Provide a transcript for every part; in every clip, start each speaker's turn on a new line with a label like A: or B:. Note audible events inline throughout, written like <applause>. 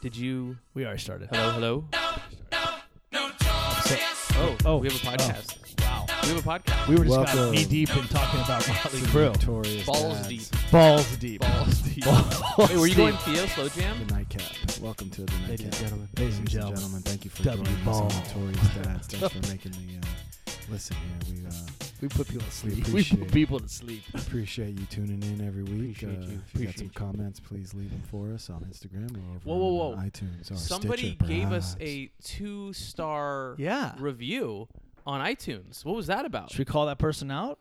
A: Did you?
B: We already started.
A: Hello, hello. Oh,
B: Oh,
A: we have a
B: oh.
A: podcast. Wow, we have a podcast.
B: We were just got
C: Welcome.
B: knee deep in talking about Motley Crue.
C: Victorious
A: Balls
C: dads.
A: deep.
B: Balls deep.
A: Balls deep.
B: Balls
A: Wait, were you
B: deep.
A: going Theo slow jam?
C: The nightcap. Welcome to the nightcap.
A: Ladies and gentlemen.
B: Ladies and gentlemen.
C: gentlemen, thank you for
B: W
C: joining us
B: ball.
C: on Victorious Dads. Thanks for making the uh, listen here. We uh,
B: We put people to
C: We
B: sleep. We,
C: appreciate
B: put
C: it.
B: people to sleep.
C: appreciate you tuning in every week.
A: Appreciate
C: uh,
A: you.
C: If you got
A: Appreciate
C: some
A: you.
C: comments, please leave them for us on Instagram or over
A: Whoa, whoa,
C: on
A: whoa.
C: iTunes. Or
A: Somebody
C: Stitcher,
A: gave us
C: perhaps.
A: a two-star
B: Yeah.
A: review on iTunes. What was that about?
B: Should we call that person out?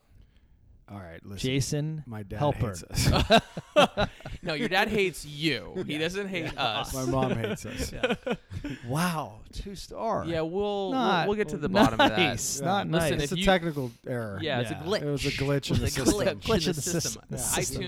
C: All right, listen.
B: Jason.
C: my dad
B: Helper.
C: hates us. <laughs>
A: no, your dad hates you. He doesn't hate us.
C: my mom
A: <laughs>
C: hates us.
B: Yeah. wow, two star.
A: Yeah, we'll, we'll
B: Not
A: we'll get to
B: <laughs>
A: the
B: nice,
A: bottom of that.
C: Yeah.
B: Not nice.
A: Listen,
C: It's
A: if
C: a
A: you-
C: technical error.
A: Yeah, it's a
B: Yeah.
A: glitch.
C: It was a glitch in
A: It was
C: the
A: a
C: system.
A: glitch, in the system.
C: Yeah.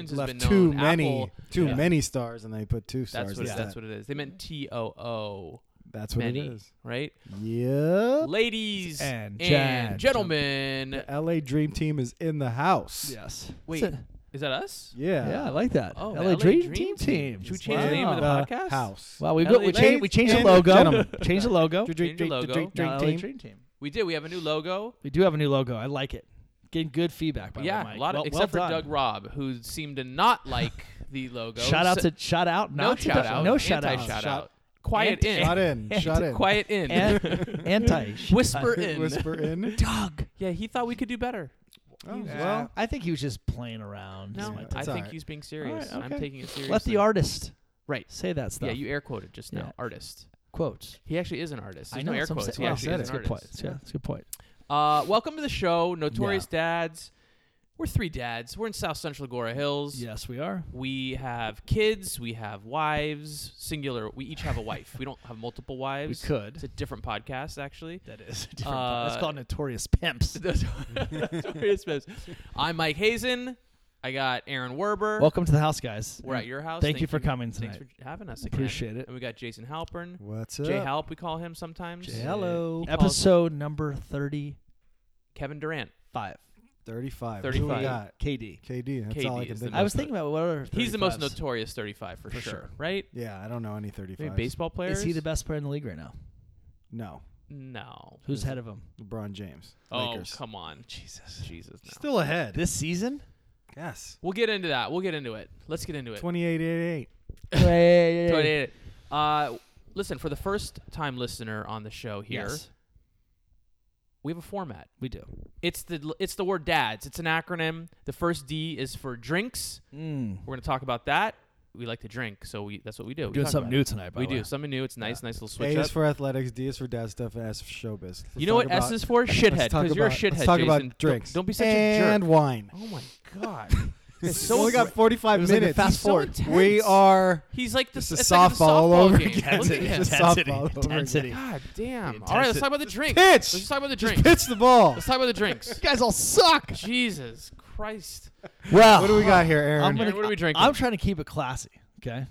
A: iTunes has
C: Left
A: been known.
C: too many,
A: Apple,
C: too
A: Yeah.
C: many stars, and they put two stars.
A: That's what, it,
C: instead.
A: that's what it is. They meant T O O,
C: That's what
A: Many.
C: it is.
A: right?
C: Yep.
A: Ladies and,
B: And, Jan.
A: gentlemen.
C: The LA Dream Team is in the house.
B: Yes.
A: Wait,
B: That's it.
A: is that us?
C: Yeah.
B: Yeah, I like that.
A: Oh,
B: LA, Dream, Team Team.
A: Should we
C: It's
A: change the name of the
B: Wow.
A: podcast?
C: House.
B: Wow, we
A: LA
B: we
C: Ladies
B: changed we changed the
C: and
B: logo.
C: gentlemen.
B: Changed the logo.
A: Dream- Dream logo.
C: Dream
B: Now LA
C: Team. <laughs>
B: Dream Team.
A: We did. We have a new logo.
B: We do have a new logo. I like it. Getting good feedback by the way,
A: yeah,
B: Mike.
A: a lot of
B: Well-
A: except
B: well
A: for
B: done.
A: Doug Robb, who seemed to not <laughs> like the logo.
B: Shout out
A: So-
B: to shout out.
A: no
B: not to
A: shout
B: Doug-
A: out,
B: No shout out.
A: Shout
C: Shout-
A: out. Quiet in.
C: Shut in. Shut in.
A: Quiet in.
B: <laughs> An- <laughs> anti
A: <laughs>
C: <laughs>
A: Whisper in.
C: Whisper in.
A: <laughs>
B: Doug.
A: Yeah, he thought we could do better.
C: Oh,
B: Well,
C: well,
B: I think he was just playing around.
A: No,
C: Yeah,
A: I
C: it's
A: think
C: alright.
A: he's being serious.
B: Alright,
A: I'm
B: okay.
A: taking it seriously.
B: Let the artist
A: Right.
B: say that stuff.
A: Yeah, you air quoted just now.
B: Yeah.
A: Artist.
B: quotes.
A: He actually is an artist.
B: I
A: There's
B: know.
A: no air
B: that's what I'm
A: quotes.
B: saying.
A: He
B: Wow,
A: actually
B: that's
A: is
B: a
A: an
B: good point.
A: artist.
B: Yeah, that's a good point.
A: Uh, welcome to the show, Notorious Dads. We're three dads. We're in South Central Agora Hills.
B: Yes, we are.
A: We have kids. We have wives. Singular. We each have a wife. We don't have multiple
B: <laughs> We
A: wives. It's
B: could.
A: a different podcast, actually. <laughs>
B: That is a different. po-
A: Uh,
B: that's called Notorious Pimps.
A: <laughs> Notorious Pimps. I'm Mike Hazen. I got Aaron Werber.
B: Welcome to the house, guys.
A: We're at your house.
B: Thank you for coming
A: Thanks
B: tonight.
A: for having us again.
B: Appreciate it.
A: And we got Jason Halpern.
C: what's up?
A: Jay Halp, we call him sometimes.
B: Jay Hello.
A: He calls-
B: Episode number thirty-five.
A: Kevin Durant.
C: 35. Who we
A: 35.
C: got?
B: KD.
C: KD. That's
A: KD
C: all I
A: is
C: can
A: the
C: think
A: most
B: I was
C: of.
B: thinking about what other.
A: He's the most
B: 35s.
A: notorious 35 for,
B: For
A: sure,
B: sure.
A: right?
C: Yeah, I don't know any 35.
A: Maybe baseball players.
B: Is he the best player in the league right now?
C: No.
A: No.
B: Who's
C: Is
B: ahead of him
C: LeBron James.
A: Oh,
C: Lakers.
A: come on. Jesus. Jesus. No.
C: Still
B: <laughs>
C: ahead.
B: this <laughs> season?
C: yes.
A: We'll get into that. We'll get into it. Let's get into it.
C: 28
B: Twenty-eight.
A: 28. Uh, listen, for the first time listener on the show here,
B: Yes,
A: we have a format.
B: we do.
A: It's the it's the word dads. It's an acronym. The first D is for drinks.
B: Hmm.
A: We're going to talk about that. We like to drink, so we that's what we do. we
B: Doing
A: talk
B: something
A: about
B: new
A: it.
B: tonight. By
A: We
B: the way.
A: do something new. It's nice, nice little switch
C: A
A: up.
C: is for athletics, D is for dad stuff, and S for showbiz. Let's
A: you know what
C: talk about-
A: S is for? Shithead.
C: talk
A: Because you're a
C: about-
A: shithead.
C: let's talk about
A: Jason. Don't-
C: drinks.
A: Don't be such
C: and
A: a jerk.
C: wine.
A: Oh my god. <laughs> It's so
C: we only got
B: It
C: 45
B: was like a
C: minutes.
B: fast
C: He's so
B: forward.
C: intense. We are.
A: He's like the
C: This
A: it's
C: is
A: like the
C: softball all over
A: game.
C: again.
A: Look at
C: <laughs> It's
A: him.
C: just
B: Intensity,
C: softball all over again.
B: intensity.
A: God damn.
B: The
A: All right, let's
B: intensity.
A: talk about the drinks.
C: pitch.
A: Let's just talk about the drinks.
C: Pitch the ball.
A: Let's talk about the drinks. <laughs>
B: You guys all suck.
A: Jesus Christ.
B: <laughs> Well,
C: What do we got here, Aaron?
B: I'm gonna,
A: Aaron, what are we drinking?
B: I'm trying to keep it classy. Okay.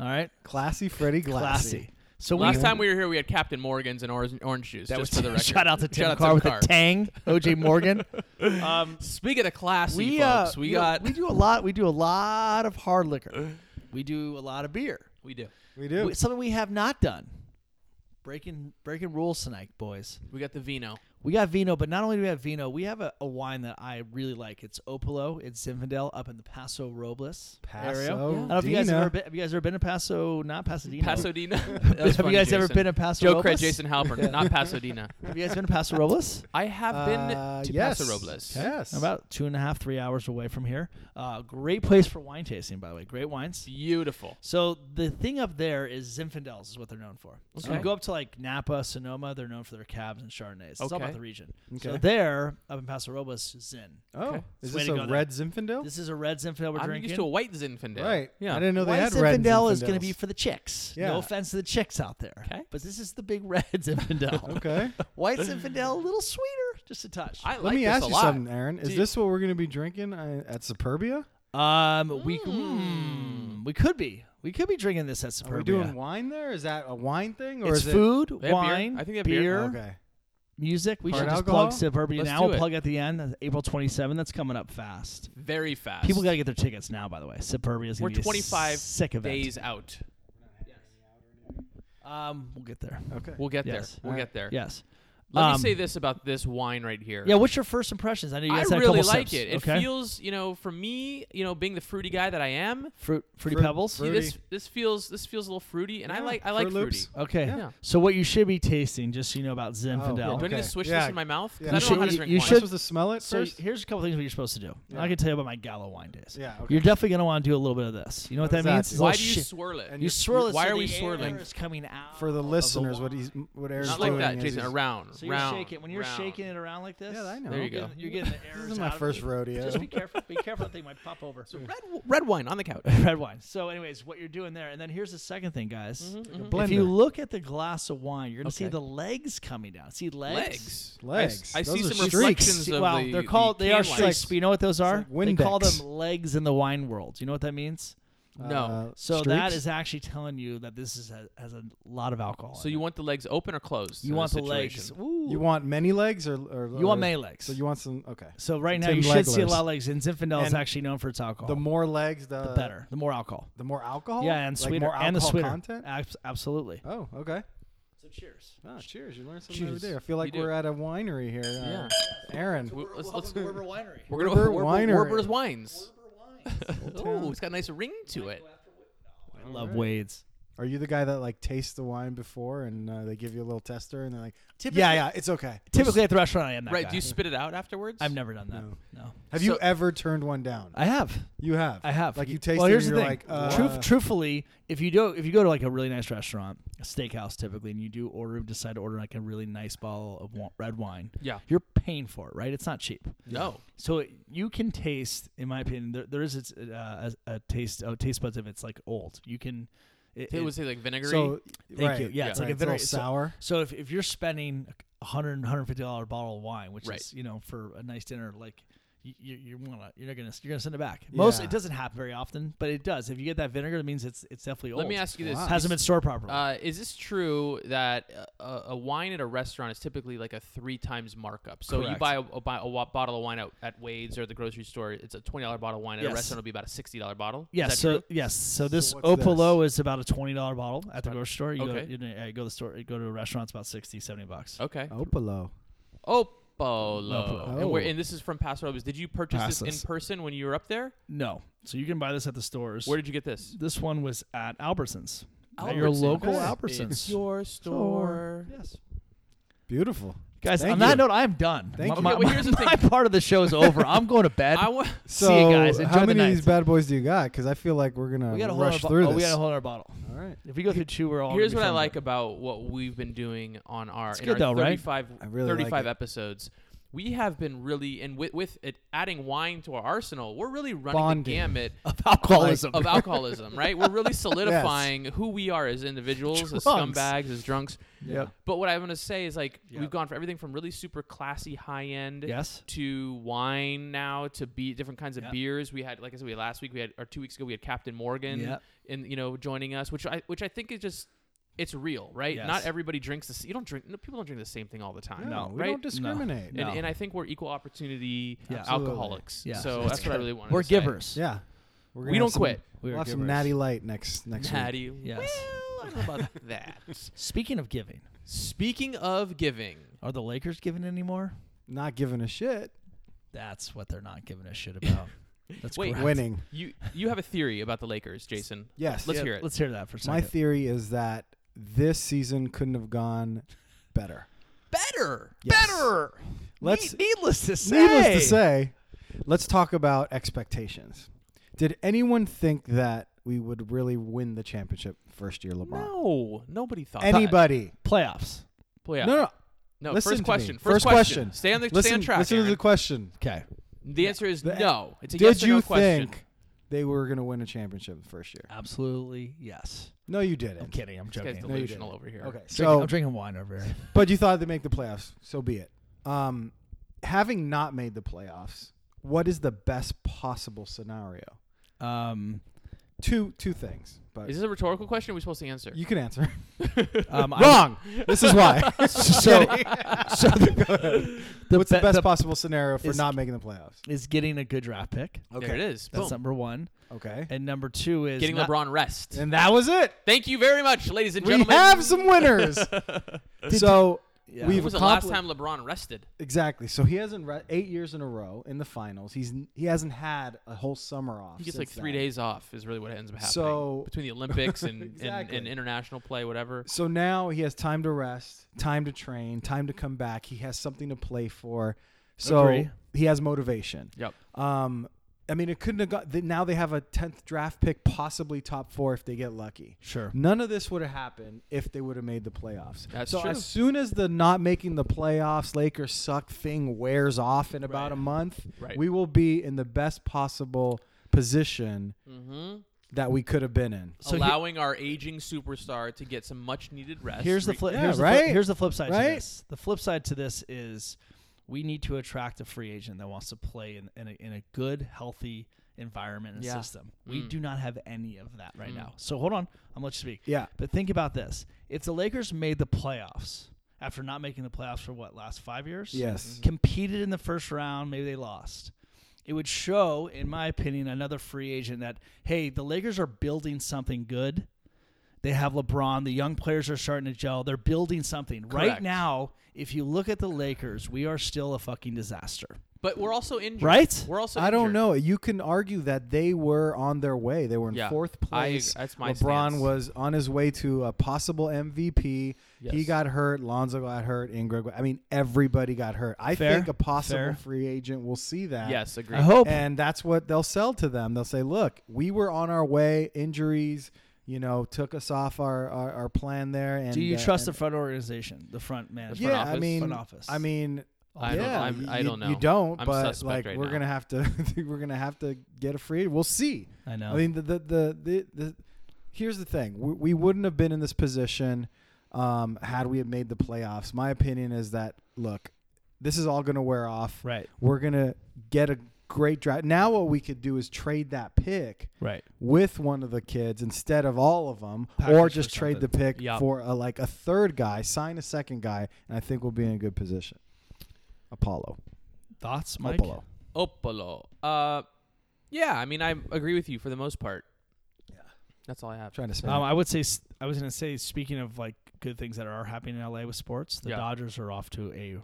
B: All right.
C: Classy Freddie
B: Classy.
C: Glassy.
B: So we, <laughs>
A: Last time we were here, we had Captain Morgan's and orange, orange juice.
B: that was <laughs>
A: just for the record.
B: shout out to Tim
A: Shout out
B: Carr
A: Tim
B: with
A: Carr.
B: the
A: <laughs>
B: Tang, OJ Morgan. um,
A: Speaking of classy,
B: we uh,
A: folks, we
B: you know,
A: got.
B: we do a lot. We do a lot of hard liquor.
A: <gasps>
B: We do a lot of beer.
A: we do.
C: We do.
B: We- something we have not done. Breaking breaking rules tonight, boys.
A: We got the
C: <laughs>
A: vino.
B: We got vino, but not only do we have vino, we have a, a wine that I really like. It's Opalo. It's Zinfandel up in the Paso Robles area.
C: Paso
A: Yeah.
B: I don't know if you guys have ever
C: Dina.
B: been. Have you guys ever been to Paso? Not Pasadena.
C: <laughs>
A: Pasadena. That was
B: have you
A: funny,
B: guys ever
A: Jason.
B: been to Paso?
A: Joe
B: Robles?
A: Craig, Jason Halpern, not Pasadena.
B: Have you guys been to Paso Robles?
A: I have
C: Uh,
A: been to
C: yes.
A: Paso Robles.
C: Yes.
B: About two and a half, three hours away from here. Uh, great place for wine tasting, by the way. Great wines.
A: Beautiful.
B: So the thing up there is Zinfandels is what they're known for. So you
A: Okay.
B: go up to like Napa, Sonoma, they're known for their cabs and Chardonnays. It's all
A: Okay.
B: about the region. So
C: Okay.
B: there, up in Paso Robles, Zin.
C: Oh, is
B: Way
C: this
B: to go
C: a
B: there.
C: red Zinfandel?
B: This is a red Zinfandel we're
A: I'm
B: drinking.
A: used to a white Zinfandel.
C: Right.
A: Yeah.
C: I didn't know they
B: White
C: had red
B: Zinfandel is going to
C: Zinfandels.
B: be for the chicks.
C: Yeah.
B: No offense to the chicks out there.
A: Okay.
B: But this is the big red <laughs>
C: <laughs>
B: Zinfandel.
C: Okay.
B: White Zinfandel, a little sweeter, just a touch.
A: I
C: Let
A: like
C: me
A: this
C: ask
A: a
C: you
A: lot.
C: something, Aaron. Is
A: Do-
C: this what we're going to be drinking uh, at Superbia?
B: Um, we mm, we could be we could be drinking this at Superbia.
C: Are we doing wine there? Is that a wine thing or
B: it's
C: is it
B: food,
A: They have beer.
B: wine,
A: I think they have
B: beer,
A: beer.
C: Okay.
B: music. We
C: Hard
B: should just
C: alcohol?
B: plug Suburbia
A: Let's
B: now.
A: do
B: We'll
A: it.
B: plug at the end. That's April 27. That's coming up fast.
A: Very fast.
B: People gotta get their tickets now. By the way, Suburbia is
A: We're
B: gonna be a
A: 25
B: sick event.
A: days out.
B: Um, we'll get there.
C: Okay.
A: We'll get
B: Yes.
A: there. We'll get there.
B: Yes.
A: Let
B: Um,
A: me say this about this wine right here.
B: Yeah. What's your first impressions? I know you
A: I
B: guys had a
A: really
B: couple
A: like
B: sips.
A: it. It
B: okay.
A: feels, you know, for me, you know, being the fruity guy that I am,
B: fruit, fruity
C: Fruit-
B: pebbles.
A: see, this
C: Fruity.
A: this feels this feels a little fruity, and I
C: Yeah,
A: like I
C: Fruit
A: like fruity.
C: Loops.
B: Okay.
A: Yeah. Oh,
B: So what you should be tasting, just so you know about Zinfandel.
C: Yeah.
A: Do I need
C: Okay.
A: to swish
C: Yeah.
A: this in my mouth? 'Cause I
C: Yeah. You
A: don't
B: should-
A: know how to
B: you-
A: drink
B: you
A: wine.
B: should-
C: supposed to smell it
B: So
C: first?
B: here's a couple things what you're supposed to do.
C: Yeah.
B: I can tell you about my Gallo wine days.
C: yeah.
B: You're definitely gonna want to do a little bit of this. You know what
C: What
B: that
C: does that
B: means?
C: do?
B: It's a
A: Why
B: little
A: do you
B: shit.
A: swirl it?
C: And
B: You swirl it.
A: Why
B: so
A: are we
B: the air
A: swirling?
B: is coming out
C: For the
B: of
C: listeners, what
B: wine.
C: he's what Aaron's
A: Not
C: doing
A: like that,
C: is
A: Jason.
C: he's-
A: Around,
B: So you're
A: round,
B: shaking when you're
A: round.
B: shaking it around like this.
C: Yeah, I know.
A: There you
B: You're
A: go.
B: getting, you're getting the air.
C: This is my first rodeo.
B: Just be careful. Be careful. That thing might pop over.
A: So red w- red wine on the couch.
B: red wine. So, anyways, what you're doing there, and then here's the second thing, guys.
C: Mm-hmm. Blender.
B: If you look at the glass of wine, you're gonna see
A: Mm-hmm. Okay.
B: the legs coming down. See legs?
A: Legs.
C: Legs.
A: I, s- I see
C: Those are
A: some
C: streaks.
A: reflections
B: See-
A: of
B: wow,
A: the.
B: they're called.
A: the
B: they are
A: can
B: streaks.
A: lights.
B: But you know what those are?
C: like
B: they call
C: Windex.
B: them legs in the wine world. You know what that means?
A: No.
B: So that
C: streaks?
B: is actually telling you that this is a, has a lot of alcohol.
A: So
B: in
A: you
B: it.
A: want the legs open or closed?
B: you
A: in
B: want
A: this
B: the legs?
A: situation?
B: Ooh.
C: you want many legs or, or
B: you want
C: or-
B: many legs.
C: So you want some okay.
B: So right now
C: Tim
B: you should see a
C: Leglers.
B: lot of legs, and Zinfandel is
C: And
B: actually known for its alcohol.
C: The more legs, the,
B: the better, the more alcohol.
C: The more alcohol.
B: Yeah, and
C: Like
B: sweeter
C: more
B: and the
C: alcohol
B: sweeter.
C: content.
B: Abs- absolutely.
C: Oh, okay.
B: So cheers.
C: Oh, cheers! You learn something
B: Cheers.
C: every day. I feel like
A: do.
C: we're at a winery here. Uh,
A: Yeah.
C: Aaron,
A: We- Let's, let's,
B: Werber Winery.
A: we're gonna
C: Werber
A: Werber-
C: Winery.
A: Werber's wines.
C: town.
A: Oh, it's got a nice ring to it.
B: I love Wade's.
C: are you the guy that like tastes the wine before and uh, they give you a little tester and they're like,
B: Typically-
C: yeah, yeah, it's okay.
B: Typically at the restaurant, I am that
A: Right?
B: guy.
A: Do you spit it out afterwards?
B: I've never done that. No.
C: No. Have you
A: So-
C: ever turned one down?
B: I have.
C: You have.
B: I have.
C: Like you taste
B: well,
C: it
B: here's
C: and
B: the
C: you're
B: thing.
C: like, uh,
B: Truth, truthfully, if you do, if you go to like a really nice restaurant, a steakhouse typically, and you do order, decide to order like a really nice bottle of wa- red wine,
A: Yeah.
B: you're paying for it, right? It's not cheap.
A: No.
B: So it, you can taste, in my opinion, there, there is it's, uh, a, a taste, a taste buds if it's like old. You can. It,
A: They
B: it-
A: would say like vinegary.
C: so
B: Thank
C: right,
B: you. Yeah, it's
C: right,
B: like a
C: it's little
B: very so-
C: sour.
B: So, if, if you're spending a hundred, hundred fifty dollar bottle of wine, which
A: Right.
B: is you know for a nice dinner, like you you, you wanna you're not gonna you're gonna send it back. Most
C: Yeah.
B: it doesn't happen very often, but it does. If you get that vinegar, it means it's it's definitely old.
A: Let me ask you this:
C: Wow.
B: Hasn't been stored properly.
A: uh, Is this true that uh, a, a wine at a restaurant is typically like a three times markup? So you
B: Correct.
A: buy a, a, buy a wa- bottle of wine at, at Wade's or the grocery store, it's a twenty dollar bottle of wine. At
B: Yes.
A: a restaurant, it'll be about a sixty dollar bottle.
B: yes.
A: Is that
B: so
A: true?
B: yes. So this
C: what's
B: Opolo is about a twenty dollar bottle at the
A: about-
B: grocery store. You go
A: okay. Oh.
B: you, know, you go to the store. You go to a restaurant. It's about 60, 70 bucks.
A: okay.
C: Opalo.
A: Opolo.
B: Opolo.
A: And, where,
C: Oh.
A: and this is from Paso Robles. Did you purchase this
C: Pasas.
A: in person when you were up there?
B: No. So you can buy this at the stores.
A: Where did you get this?
B: this one was at Albertsons. At your local
C: Okay.
B: Albertsons.
A: your
C: store.
B: yes.
C: Beautiful.
B: Guys,
C: Thank
B: on that
C: you.
B: note, I'm done.
C: Thank
B: my,
C: you.
B: my-
A: Yeah, well, here's the
B: <laughs> my part of the show is over. I'm going to bed.
A: <laughs> I wa-
C: So,
B: See you guys. Enjoy
C: how
B: the
C: many
B: night.
C: of these bad boys do you got? Because I feel like we're gonna
B: we got to hold our
C: rush
B: bo-
C: through
B: oh,
C: this.
B: we got to hold our bottle.
C: All right.
B: If we go through
A: <laughs>
B: two, we're all.
A: Here's
B: gonna
A: what I
B: be filmed.
A: like about what we've been doing on our,
B: It's
A: in
B: good
A: our
B: though, right?
A: 35,
C: I really like
A: 35
C: it.
A: episodes. We have been really, and with, with it, adding wine to our arsenal, we're really running
C: Bonding.
A: the
B: <laughs>
A: gamut
B: Of alcoholism. <laughs>
A: of alcoholism, right? We're really solidifying who we are as individuals, as
B: Drunks.
A: scumbags, as drunks.
B: Yep.
A: But what I want to say is like
B: Yeah.
A: we've gone from everything from really super classy high end
B: Yes.
A: to wine now to be different kinds of
B: Yeah.
A: beers. We had like I said we had last week we had or two weeks ago we had Captain Morgan
B: Yeah.
A: and you know joining us, which I which I think is just it's real, right?
B: Yes.
A: Not everybody drinks this. You don't drink. No, people don't drink the same thing all the time.
C: No, we
A: right?
C: don't discriminate.
B: No.
A: And, and I think we're equal opportunity uh,
B: Yeah.
C: Absolutely.
A: alcoholics.
B: Yeah.
A: So
B: That's
A: that's what I really wanted
B: We're
A: to say.
B: givers.
C: Yeah. We're gonna
A: We
C: have
A: don't
C: some-
A: quit.
B: We
C: We'll
B: are
C: have some
B: givers.
C: natty light next next week.
A: Natty.
B: Yes.
A: Well, I don't know about <laughs> that.
B: Speaking of giving,
A: Speaking of giving,
B: are the Lakers giving anymore?
C: Not giving a shit.
B: That's what they're not giving a shit about. That's
A: Wait,
B: correct.
C: Winning.
A: you you have a theory about the Lakers, Jason.
C: Yes.
A: Let's
B: Yeah,
A: hear it.
B: Let's hear that for a second.
C: My theory is that this season couldn't have gone better.
A: Better.
C: Yes.
B: Better.
C: Let's-
B: Need- needless to say.
C: Needless to say, let's talk about expectations. Did anyone think that we would really win the championship first year LeBron?
A: No, nobody thought that.
C: Anybody?
B: playoffs.
A: Well, yeah.
C: No, no.
A: No,
C: Listen to
A: first
C: me.
A: question.
C: First
A: First, question.
C: question.
A: Stay on the stay
C: Listen,
A: on track.
C: listen to
A: Aaron.
C: the question.
B: Okay.
A: the, answer is
C: The-
A: no. It's a
C: Did
A: yes or
C: you
A: no question.
C: think they were going to win a championship the first year?
B: Absolutely yes.
C: No, you didn't.
B: I'm kidding. I'm
A: This guy's
B: joking.
C: No, you
A: delusional
C: didn't.
A: over here.
C: Okay.
B: Drinking-
C: So,
B: I'm drinking wine over
A: <laughs>
B: here.
C: but you thought they'd make the playoffs. So be it. Um, having not made the playoffs, what is the best possible scenario?
B: Um,
C: two two things. But
A: Is this a rhetorical question? Or are we supposed to answer?
C: you can
A: <laughs>
C: answer.
B: Um, I-
C: Wrong. this is
B: <laughs>
C: why. <laughs>
B: so,
A: <laughs>
B: so the,
C: Go ahead.
B: the
C: What's the
B: be-
C: best
B: the-
C: possible scenario for
B: is-
C: not making the playoffs?
B: is getting a good draft pick.
A: There it is.
B: That's
A: Boom.
B: number one.
C: Okay.
B: And number two is
A: Getting
B: not-
A: LeBron rest.
C: And that was it.
A: Thank you very much, ladies and
C: We
A: gentlemen.
C: have
A: <laughs>
C: some winners. so
B: Yeah.
A: When
C: we've
A: was the last
C: accompli-
A: time LeBron rested?
C: Exactly. So he hasn't re- eight years in a row in the finals. He's n- he hasn't had a whole summer off.
A: He gets like
C: since
A: three
C: then.
A: days off, is really what ends up happening.
C: So- <laughs>
A: between the Olympics and,
C: Exactly.
A: and, and international play, whatever.
C: So now he has time to rest, time to train, time to come back. He has something to play for. So
B: Agree.
C: he has motivation.
A: Yep.
C: Um, I mean, it couldn't have got. th- Now they have a tenth draft pick, possibly top four if they get lucky.
B: Sure.
C: None of this would have happened if they would have made the playoffs.
A: That's
C: so
A: true.
C: as soon as the not making the playoffs Lakers suck thing wears off in about
A: Right.
C: a month,
A: Right.
C: we will be in the best possible position
A: hmm
C: that we could have been in.
B: So he-
A: Allowing our aging superstar to get some much needed rest.
B: Here's the
A: Re-
B: flip.
C: Yeah,
B: here's, the
C: right?
B: flip here's the flip side to
C: Right?
B: this. The flip side to this is we need to attract a free agent that wants to play in, in, a, in a good, healthy environment and
A: Yeah.
B: system. We
A: Mm.
B: do not have any of that right
A: Mm.
B: now. So hold on. I'm gonna let you speak.
C: Yeah.
B: But think about this: if the Lakers made the playoffs after not making the playoffs for what last five years,
C: Yes.
A: Mm-hmm.
B: competed in the first round, maybe they lost. It would show, in my opinion, another free agent that hey, the Lakers are building something good. They have LeBron. The young players are starting to gel. They're building something right
A: Correct.
B: now. If you look at the Lakers, we are still a fucking disaster.
A: But we're also injured.
B: Right?
A: We're also
C: I don't
A: injured.
C: know. You can argue that they were on their way. They were in
A: Yeah.
C: fourth
A: I ag-
C: place.
A: that's my
C: LeBron
A: stance.
C: was on his way to a possible MVP. He
A: Yes.
C: got hurt. Lonzo got hurt. Ingram. Got, I mean, everybody got hurt. I
B: Fair.
C: think a possible
B: Fair.
C: free agent will see that.
A: Yes, agree.
B: I hope.
C: And that's what they'll sell to them. They'll say, look, we were on our way. Injuries, you know, took us off our, our, our plan there. And
B: do you
C: uh,
B: trust
C: and-
B: the front organization, the front management?
A: front
C: yeah, I
A: office?
C: mean,
B: Front office.
C: I mean,
A: I don't-
C: yeah,
A: I'm- I
C: you-
A: don't
C: You
A: know.
C: don't,
A: I'm
C: but
A: suspect
C: like
A: right
C: we're
A: now.
C: gonna have to, <laughs> we're gonna have to get a free. We'll see.
B: I know.
C: I mean, the the the, the, the here's the thing: we, we wouldn't have been in this position um, had we had made the playoffs. My opinion is that look, this is all going to wear off.
B: right.
C: We're gonna get a great draft. Now, what we could do is trade that pick
B: Right.
C: with one of the kids instead of all of them,
B: Package
C: or
B: for
C: just trade the
B: something.
C: pick
A: Yup.
C: for a, like a third guy, sign a second guy, and I think we'll be in a good position. Apollo,
B: Thoughts, Mike?
C: Apollo.
A: Opolo. Uh, yeah, I mean, I agree with you for the most part.
C: Yeah.
A: That's all I have.
C: trying to spin.
B: Um,
C: it.
B: I would say s- I was going to say. Speaking of like good things that are happening in LA with sports, the
A: Yeah.
B: Dodgers are off to a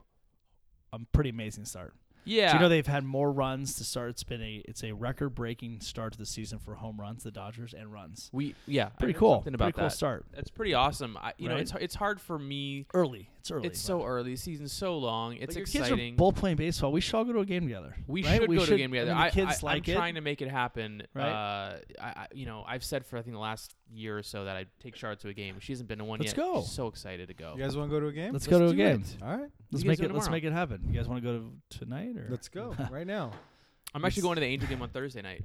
B: a pretty amazing start.
A: Yeah.
B: Do you know they've had more runs to start? It's been a it's a record breaking start to the season for home runs, the Dodgers, and runs.
A: we yeah. I
B: Pretty
A: heard
B: cool.
A: Something about
B: pretty cool
A: that.
B: start.
A: That's pretty awesome. I, you know,
B: Right?
A: it's it's hard for me.
B: Early. It's early.
A: it's so early. The season's so long.
B: But
A: It's
B: your
A: exciting.
B: kids are both playing baseball. We should all go to a game together.
A: we
B: right?
A: should
B: we
A: go to a game together.
B: I mean, the
A: I,
B: kids
A: I,
B: like
A: am
B: it.
A: trying to make it happen.
B: Right?
A: Uh, I, I, you know, I've said for I think the last year or so that I take Char to a game. She hasn't been to one
B: Let's
A: yet.
B: go.
A: She's so excited to go.
C: you guys want to go to a game?
B: Let's go to a
C: do
B: game.
C: it. All right,
B: Let's
A: You guys
B: make
A: do
B: it.
A: it
B: Let's
A: tomorrow.
B: make it happen. You guys want to go to tonight or
A: <laughs>
C: let's go right now.
A: I'm actually
B: Let's-
A: going to the Angel game on Thursday night.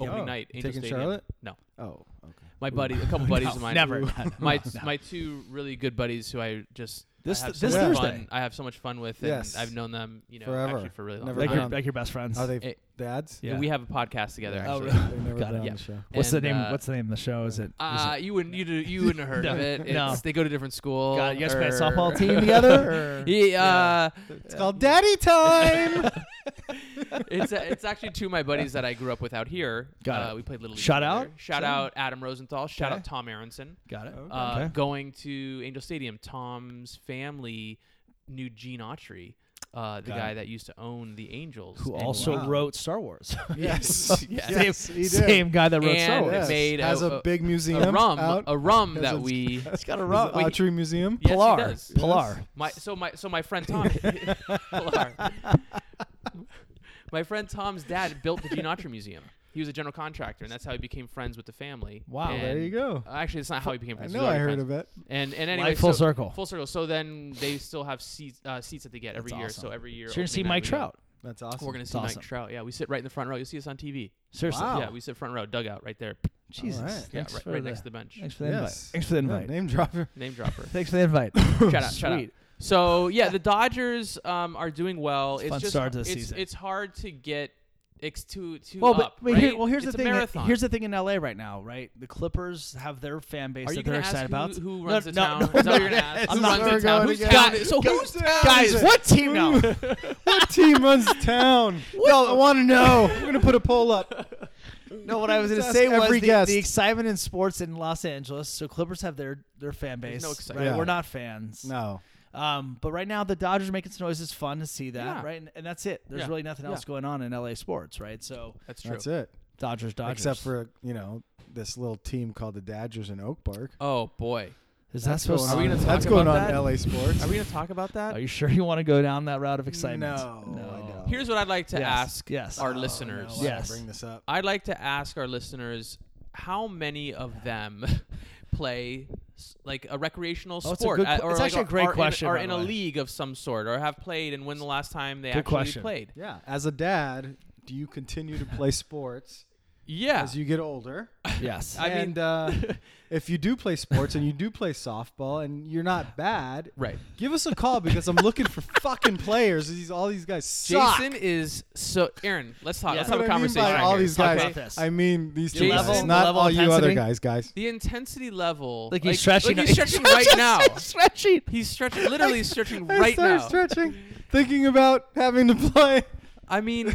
A: Opening
C: Oh,
A: night. Angel
C: Taking
A: Stadium.
C: Charlotte.
A: No.
C: Oh, okay.
A: My buddy, a couple buddies
B: <laughs> No,
A: of mine.
B: Never. <laughs>
A: who-
B: No,
A: my
B: no.
A: my two really good buddies who I just I
B: This
A: have
B: th-
A: so
B: this
A: much
C: Thursday.
A: fun, I have so much fun with, and
C: Yes.
A: I've known them you know
C: Forever.
A: actually for a really long.
C: Never
A: time.
B: like your
C: Um,
B: like your best friends.
C: Are they
A: It-
C: dads?
B: Yeah.
A: We have a podcast together.
B: Oh,
A: Actually.
B: really?
A: <laughs>
C: They've never
B: Got
C: been
B: it.
C: on
A: Yeah.
C: the show.
B: What's the
A: And,
B: name?
A: uh,
B: what's the name of the show? Is it? is
A: Uh,
B: it-
A: you wouldn't you do, you wouldn't have heard of
B: <laughs> No,
A: it. It's,
B: no.
A: They go to different school.
B: God, you guys play a
A: or-
B: softball team together? Or?
A: <laughs> Yeah, uh,
C: It's called <laughs> Daddy Time.
A: it's a, it's actually two of my buddies that I grew up with out here.
B: Got
A: uh,
B: it.
A: We played Little League
B: Shout
A: together.
B: out.
A: Shout out Adam Rosenthal. Shout
B: Okay.
A: out Tom Aronson.
B: Got it.
A: Uh,
B: Okay.
A: Going to Angel Stadium, Tom's family knew Gene Autry, uh, the
B: Got
A: guy
B: it.
A: that used to own the Angels,
B: Who
A: and-
B: also
C: Wow.
B: wrote Star Wars.
C: <laughs> yes.
A: Yes.
C: yes, he did.
B: Same guy that wrote Star
A: And
B: Wars.
C: Yes.
A: made a-
C: has a,
A: a-
C: big museum
A: a rum,
C: out.
A: a rum
C: Has
A: that
B: <laughs>
C: a-
A: we.
B: It's got a
C: Is it
B: rock.
A: Wait,
C: Autry Museum.
A: Yes, he
B: Pilar.
A: does.
B: Pilar.
A: My so my so my friend
B: <laughs>
A: Tom, Pilar. my friend Tom's dad built the Gene Autry Museum. He was a general contractor, and that's how he became friends with the family.
B: Wow,
A: and
C: There you go.
A: Actually, that's not how he became
C: I
A: friends.
C: know I heard of it.
A: And and anyway,
B: Life full
A: so-
B: circle.
A: Full circle. So then they still have seats uh, seats that they get every
B: That's
A: year.
B: awesome.
A: So every year,
B: So you're gonna see
A: opening night,
B: Mike
A: we go.
B: Trout.
C: That's awesome.
A: We're gonna
B: That's
A: see
B: awesome.
A: Mike Trout. Yeah, we sit right in the front row. You'll see us on TV.
B: Seriously.
C: Wow.
A: Yeah, we sit front row, dugout, right there.
B: Jesus.
C: All right. Yeah,
A: Yeah,
B: Thanks
A: right,
B: for
A: right
B: the,
A: next to the bench.
B: Thanks for the invite.
C: Yes.
B: Thanks for the
C: Yeah,
B: invite.
C: name dropper.
A: Name dropper.
B: <laughs> Thanks for the invite.
A: Shout out, shout out.
B: Sweet.
A: So yeah, the Dodgers um, are doing well.
B: It's
A: It's,
B: a fun
A: just
B: start to the
A: it's,
B: season.
A: it's hard to get It's two two
B: Well,
A: up.
B: but, but
A: right?
B: here, well, here's
A: It's a
B: the thing. that-
A: Marathon.
B: here's the thing in LA right now, right? The Clippers have their fan base
A: Are you
B: that
A: gonna
B: they're
A: ask
B: excited
A: who,
B: about.
A: who
B: No,
A: runs the
B: no,
A: town?
B: no,
A: Is that what
B: no.
A: you're gonna ask?
B: I'm
A: who
B: not-
A: runs
C: We're
A: the town?
C: going
A: Who's
C: again.
A: town? So
B: Go
A: who's
B: to-
A: town?
B: guys?
A: is it?
B: What team now?
C: what team runs town?
B: <laughs>
C: No, I want to know. We're gonna put a poll up.
A: <laughs>
B: No, what I was going to
C: Just
B: say
C: ask
B: was
C: every
B: the,
C: guest.
B: the excitement in sports in Los Angeles. So Clippers have their their fan base.
A: There's no
B: right?
A: excitement.
C: Yeah.
B: We're not fans.
C: No,
B: Um, but right now the Dodgers are making some noise. It's fun to see that,
A: Yeah.
B: right? And, and that's it. There's
A: Yeah.
B: really nothing else
A: Yeah.
B: going on in LA sports, right? So
A: That's true.
C: that's it.
B: Dodgers, Dodgers.
C: Except for you know this little team called the Dodgers in Oak Park.
A: Oh boy,
B: is that
C: That's
B: supposed?
C: going
A: Are we
C: on-
A: gonna
C: That's
A: talk
C: going
A: about
C: on
A: that?
C: LA Sports.
A: are we gonna talk about that?
B: Are you sure you want to go down that route of excitement?
C: No, I don't.
A: Here's what I'd like to
B: Yes,
A: ask
B: yes.
A: our
C: Oh,
A: listeners.
C: no, I gotta
B: Yes.
C: Bring this up.
A: I'd like to ask our listeners how many of them <laughs> play s- like a recreational
B: Oh, it's a
A: sport,
B: good
A: uh,
B: que-
A: or
B: it's
A: like
B: actually a
A: are-
B: great
A: are in-
B: question,
A: are
B: by
A: in
B: the
A: a
B: way.
A: league of some sort, or have played, and when the last time they
B: Good
A: actually
B: question.
A: played?
C: Yeah. As a dad, do you continue to play sports
A: Yeah,
C: as you get older?
B: Yes.
A: <laughs> I mean- <laughs>
C: and, uh, if you do play sports and you do play softball and you're not bad,
A: right.
C: give us a call because I'm looking for fucking players. These all these guys suck.
A: Jason is so. Aaron, let's talk.
B: Yeah.
A: Let's
C: That's
A: have a
C: what I mean by
A: conversation. right
C: all
A: here.
C: these
B: Talk
C: guys.
B: about this.
C: I mean these two
A: Jason-
C: guys,
A: Level-
C: not
B: level
C: all you other
B: intensity?
C: guys, guys.
A: The intensity level,
B: like he's stretching. <laughs>
A: like he's stretching right now.
B: stretching.
A: He's stretching, literally stretching
C: I
A: right
C: started
A: now.
C: stretching, thinking about having to play.
A: I mean,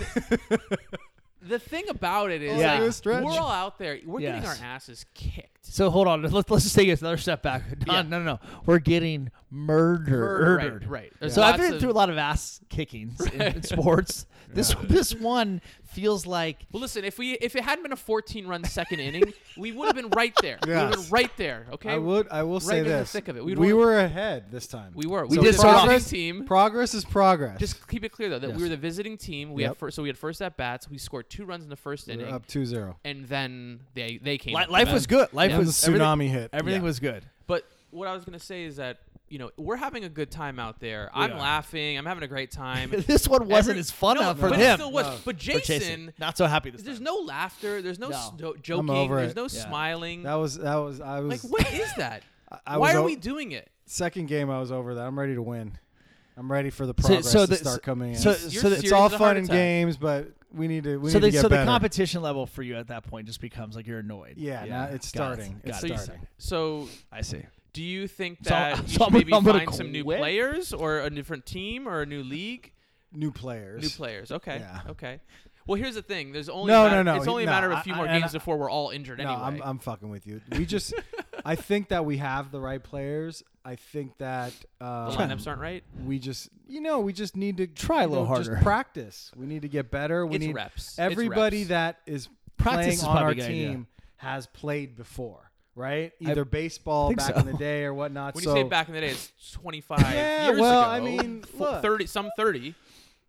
A: the thing about it is,
B: Oh, Yeah.
A: like,
B: Do a
C: stretch.
A: we're all out there. We're
B: Yes.
A: getting our asses kicked.
B: So hold on. Let's, let's just take another step back. <laughs> No,
A: Yeah.
B: no, no, no. We're getting murdered.
A: Right, right. There's
B: So I've
A: lots
B: been
A: of-
B: through a lot of ass kickings in,
A: <laughs>
B: in
A: Right.
B: sports. This this one feels like
A: Well, listen. If we if it hadn't been a 14 run second inning, <laughs> we would have been right there. We would have
C: Yes.
A: been right there. Okay.
C: I would. I will say
A: in the
C: this.
A: thick of it.
C: We,
A: We'd won-
C: were ahead this time.
A: We were. We
B: did start off-
C: progress,
A: team.
C: Progress is progress.
A: Just keep it clear though that
C: Yes.
A: we were the visiting team. We
C: Yep.
A: had first, so we had first at bats. We scored two runs in the first
C: We were
A: inning,
C: up 2-0.
A: and then they they came.
B: li-
A: up
B: life
A: with
B: was
A: that.
B: good. Life
A: Yeah.
C: And the
B: was everything,
C: tsunami hit.
B: everything
C: Yeah.
B: was good. <laughs>
A: But what I was gonna say is that you know we're having a good time out there.
B: We
A: I'm
B: are.
A: laughing. I'm having a great
B: <laughs>
A: time.
B: this one wasn't
A: Every-
B: as fun
A: no,
B: out for
A: but
B: him.
A: It still was.
C: No.
A: But
B: For
A: Jason,
B: not so happy. This
A: there's
B: time.
A: no laughter. There's no,
B: No.
A: s- no
C: I'm
A: joking.
C: over
A: There's
C: it.
A: no
B: Yeah.
A: smiling.
C: That was that was I was
A: like what is that?
C: I- <laughs> I
A: Why
C: was
A: are
C: o-
A: we doing it?
C: second game I was over that. I'm ready to win. I'm ready for the progress
B: so
C: to
B: the-
C: start coming in.
B: so-
A: Your
B: so that-
A: series
C: it's all
A: is a heart
C: fun and
A: attack.
C: games, but we need to we
B: so
C: need
B: the,
C: to get
B: so the
C: better.
B: competition level for you at that point just becomes like you're annoyed.
C: yeah,
A: Yeah.
C: now it's
B: Got it.
C: starting.
B: Got
C: It's
B: it.
C: starting.
A: So
B: I see.
A: do you think
B: So
C: <laughs>
B: I'm-
A: that you
B: so
A: should
B: I'm-
A: maybe
B: I'm gonna
A: find some new
B: quit?
A: players or a different team or a new league?
C: New players.
A: New players. Okay.
C: Yeah.
A: Okay. Well, here's the thing. There's only
C: No,
A: a matter,
C: no, no,
A: It's only
C: no,
A: a matter of
C: I-
A: a few
C: I-
A: more
C: and
A: games
C: I-
A: before we're all injured
C: No,
A: anyway.
C: I'm I'm fucking with you. We just I think that we have the right players. I think that
A: <laughs> the
C: um,
A: lineups aren't right.
C: we just you know we just need to
B: Try a
C: you
B: little
C: know, just
B: harder.
C: practice we need to get better we
A: It's
C: need
A: reps. It's
C: everybody
A: reps.
C: that is
B: Practice
C: playing
B: is
C: on
B: probably
C: our
B: a good idea.
C: team has played before right
B: I
C: either baseball
B: think
C: back
B: so.
C: in the day or whatnot
A: When
C: so
A: you say back in the day, it's 25
C: Yeah,
A: years
C: well,
A: ago.
C: I mean,
A: F-
C: look.
A: 30, some 30.